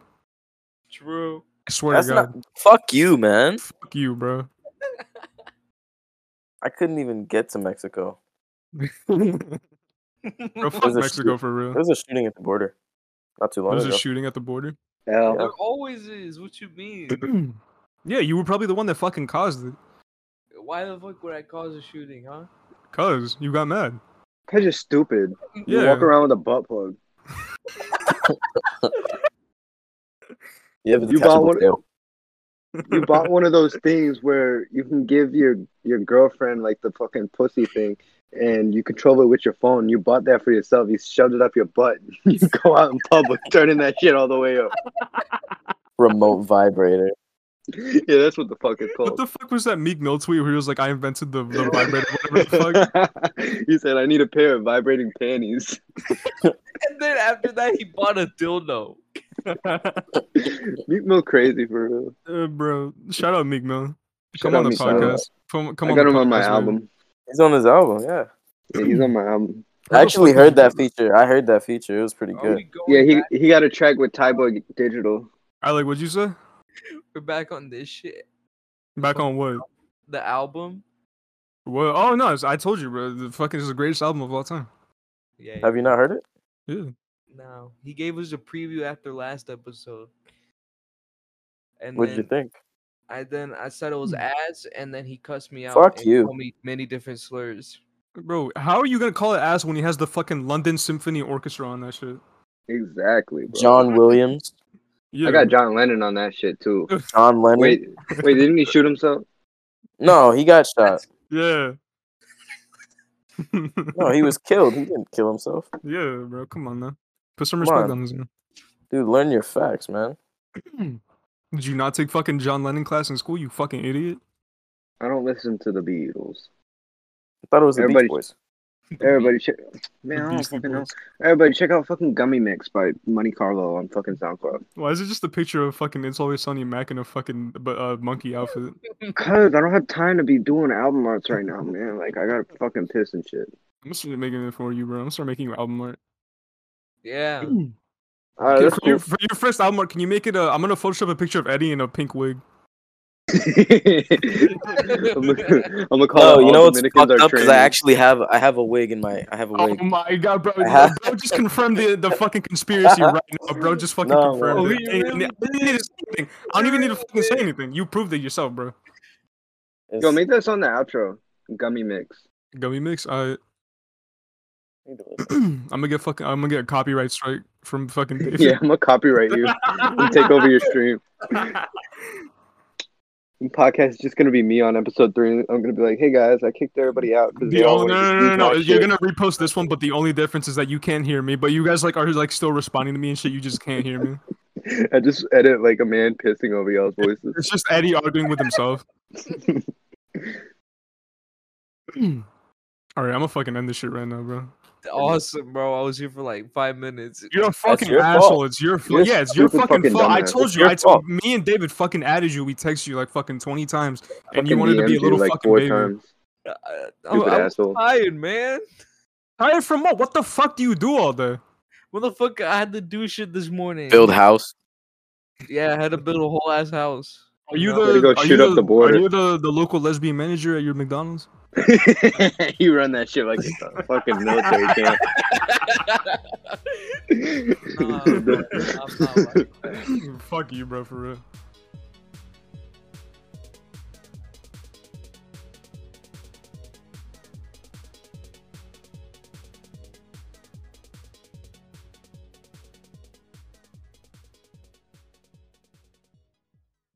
Speaker 4: True.
Speaker 1: I swear
Speaker 3: That's
Speaker 1: to God,
Speaker 3: not. Fuck you, man.
Speaker 1: fuck you, bro.
Speaker 3: I couldn't even get to Mexico.
Speaker 1: bro fuck
Speaker 3: There's a
Speaker 1: Mexico for real.
Speaker 3: There was a shooting at the border, not too long
Speaker 1: There's
Speaker 3: ago.
Speaker 1: a shooting at the border.
Speaker 2: Hell,
Speaker 3: Yeah.
Speaker 4: There always is. What you mean?
Speaker 1: yeah, you were probably the one that fucking caused it.
Speaker 4: Why the fuck would I cause a shooting, huh?
Speaker 1: Cause you got mad.
Speaker 2: cause you're stupid. You
Speaker 1: Yeah.
Speaker 2: walk around with a butt plug.
Speaker 3: yeah, but
Speaker 2: You bought one-
Speaker 3: tail.
Speaker 2: You bought one of those things where you can give your your girlfriend like the fucking pussy thing, and you control it with your phone. You bought that for yourself. You shoved it up your butt. You go out in public, turning that shit all the way up.
Speaker 3: remote vibrator.
Speaker 2: Yeah, that's what the fuck it's
Speaker 1: What
Speaker 2: called.
Speaker 1: the fuck was that Meek Mill tweet where he was like, "I invented the the vibrator, whatever the fuck."
Speaker 2: he said, "I need a pair of vibrating panties."
Speaker 4: And then after that, he bought a dildo.
Speaker 2: Meat Mill crazy for real.
Speaker 1: Uh, bro, shout out Meek Mill.
Speaker 2: Shout
Speaker 1: come on
Speaker 2: out
Speaker 1: the
Speaker 2: Meek Mill.
Speaker 1: podcast. Come, come
Speaker 2: I
Speaker 1: on
Speaker 2: got
Speaker 1: the
Speaker 2: him on my
Speaker 1: podcast, man.
Speaker 2: album.
Speaker 3: He's on his album. Yeah,
Speaker 2: Yeah, he's on my album.
Speaker 1: Where
Speaker 3: I
Speaker 1: the
Speaker 3: actually
Speaker 1: fuck did
Speaker 3: heard
Speaker 1: you
Speaker 3: that
Speaker 1: get
Speaker 3: feature. I heard that feature. It was pretty
Speaker 4: Are we
Speaker 3: good.
Speaker 4: going
Speaker 2: Yeah,
Speaker 4: back?
Speaker 2: he he got a track with Tyboy Digital.
Speaker 1: I like what you say.
Speaker 4: We're back on this shit.
Speaker 1: Back on what?
Speaker 4: The album.
Speaker 1: Well, oh no, it's, I told you, bro. The fucking is the greatest album of all time.
Speaker 4: Yeah.
Speaker 3: Have you not heard it?
Speaker 1: Yeah.
Speaker 4: No, he gave us a preview after last episode. And
Speaker 3: What
Speaker 4: then
Speaker 3: did you think?
Speaker 4: I then I said it was ass, and then he cussed me out.
Speaker 3: Fuck
Speaker 4: and
Speaker 3: you.
Speaker 4: Called me many different slurs.
Speaker 1: Bro, how are you gonna call it ass when he has the fucking London Symphony Orchestra on that shit?
Speaker 2: Exactly, bro.
Speaker 3: John Williams,
Speaker 1: Yeah.
Speaker 2: I got John Lennon on that shit too.
Speaker 3: John Lennon.
Speaker 2: Wait, wait, didn't he shoot himself?
Speaker 3: No, he got shot.
Speaker 1: Yeah.
Speaker 3: No, he was killed. He didn't kill himself.
Speaker 1: yeah, bro. Come on, man. Put some
Speaker 3: Come
Speaker 1: respect
Speaker 3: on.
Speaker 1: on this. Man.
Speaker 3: Dude, learn your facts, man.
Speaker 1: Did you not take fucking John Lennon class in school? You fucking idiot.
Speaker 2: I don't listen to the Beatles.
Speaker 3: I thought it was the
Speaker 2: Everybody-
Speaker 3: Beach Boys.
Speaker 2: Everybody, check. Man,
Speaker 1: The
Speaker 2: I don't
Speaker 1: Beastie
Speaker 2: fucking know.
Speaker 1: Boys.
Speaker 2: Everybody, check out fucking Gummy Mix by Monte Carlo on fucking SoundCloud.
Speaker 1: Why is it just a picture of fucking It's Always Sunny Mac in a fucking bu- uh, monkey outfit?
Speaker 2: Cause I don't have time to be doing album arts right now, man. Like I got to fucking piss and shit.
Speaker 1: I'm gonna start making it for you, bro. I'm gonna start making your album art.
Speaker 4: Yeah.
Speaker 2: All right,
Speaker 1: Okay,
Speaker 2: that's
Speaker 1: for,
Speaker 2: cool.
Speaker 1: your, for your first album art, can you make it? A, I'm gonna Photoshop a picture of Eddie in a pink wig.
Speaker 2: I'm gonna- I'm gonna call.
Speaker 3: Oh,
Speaker 2: it all
Speaker 3: you know what's
Speaker 2: Dominicans
Speaker 3: fucked
Speaker 2: are
Speaker 3: up? Because I
Speaker 2: trans.
Speaker 3: actually have I have a wig in my I have a
Speaker 1: Oh
Speaker 3: wig.
Speaker 1: my god, bro!
Speaker 3: I have-
Speaker 1: Bro, just confirmed the, the fucking conspiracy right now, bro. Just fucking
Speaker 3: No,
Speaker 1: confirmed it.
Speaker 4: man. Oh,
Speaker 1: And- and
Speaker 4: you
Speaker 1: I
Speaker 4: really
Speaker 1: didn't need to say anything. I don't even need to fucking say anything. You proved it yourself, bro.
Speaker 3: It's-
Speaker 2: Yo, make this on the outro. Gummy Mix.
Speaker 1: Gummy mix. I
Speaker 3: need to listen.
Speaker 1: I'm gonna get fucking. I'm gonna get a copyright strike from fucking. Dave.
Speaker 2: Yeah, I'm gonna copyright you and take over your stream. The podcast is just gonna be me on episode three. I'm gonna be like, hey guys, I kicked everybody out because they
Speaker 1: The
Speaker 2: all
Speaker 1: only,
Speaker 2: wanted
Speaker 1: no,
Speaker 2: to
Speaker 1: no,
Speaker 2: sneak
Speaker 1: no, no, no.
Speaker 2: my
Speaker 1: You're
Speaker 2: shit.
Speaker 1: gonna repost this one, but the only difference is that you can't hear me. But you guys like are like still responding to me and shit. You just can't hear me.
Speaker 2: I just edit like a man pissing over y'all's voices.
Speaker 1: It's just Eddie arguing with himself. All right, I'm gonna fucking end this shit right now, bro.
Speaker 4: Awesome, bro. I was here for like five minutes.
Speaker 1: You're a fucking
Speaker 3: your
Speaker 1: asshole.
Speaker 3: fault.
Speaker 1: It's your fault.
Speaker 2: You're
Speaker 1: Yeah, it's your
Speaker 2: stupid
Speaker 1: fucking,
Speaker 2: fucking
Speaker 1: fault. I
Speaker 2: dumbass.
Speaker 1: told
Speaker 3: It's
Speaker 1: you.
Speaker 3: your
Speaker 1: I told
Speaker 3: fault.
Speaker 1: me and David fucking added you. We texted you like fucking 20 times, and you
Speaker 2: Fucking
Speaker 1: wanted to be a
Speaker 2: DM'd you,
Speaker 1: little
Speaker 2: like
Speaker 1: fucking
Speaker 2: four
Speaker 1: baby.
Speaker 2: times.
Speaker 4: I, I, Oh, I
Speaker 2: Stupid
Speaker 4: was
Speaker 2: asshole.
Speaker 4: tired, man.
Speaker 1: Tired from what? What the fuck do you do all day?
Speaker 4: Motherfucker, I had to do shit this morning.
Speaker 3: Build house.
Speaker 4: Yeah, I had to build a whole ass house.
Speaker 1: Are you
Speaker 4: know?
Speaker 2: Gotta
Speaker 1: the
Speaker 2: go
Speaker 1: are
Speaker 2: shoot
Speaker 1: you
Speaker 2: up the border.
Speaker 1: Are you the, the local lesbian manager at your McDonald's?
Speaker 2: you run that shit like it's a fucking military camp.
Speaker 4: Nah, bro, I'm not like that.
Speaker 1: fuck you, bro, for real.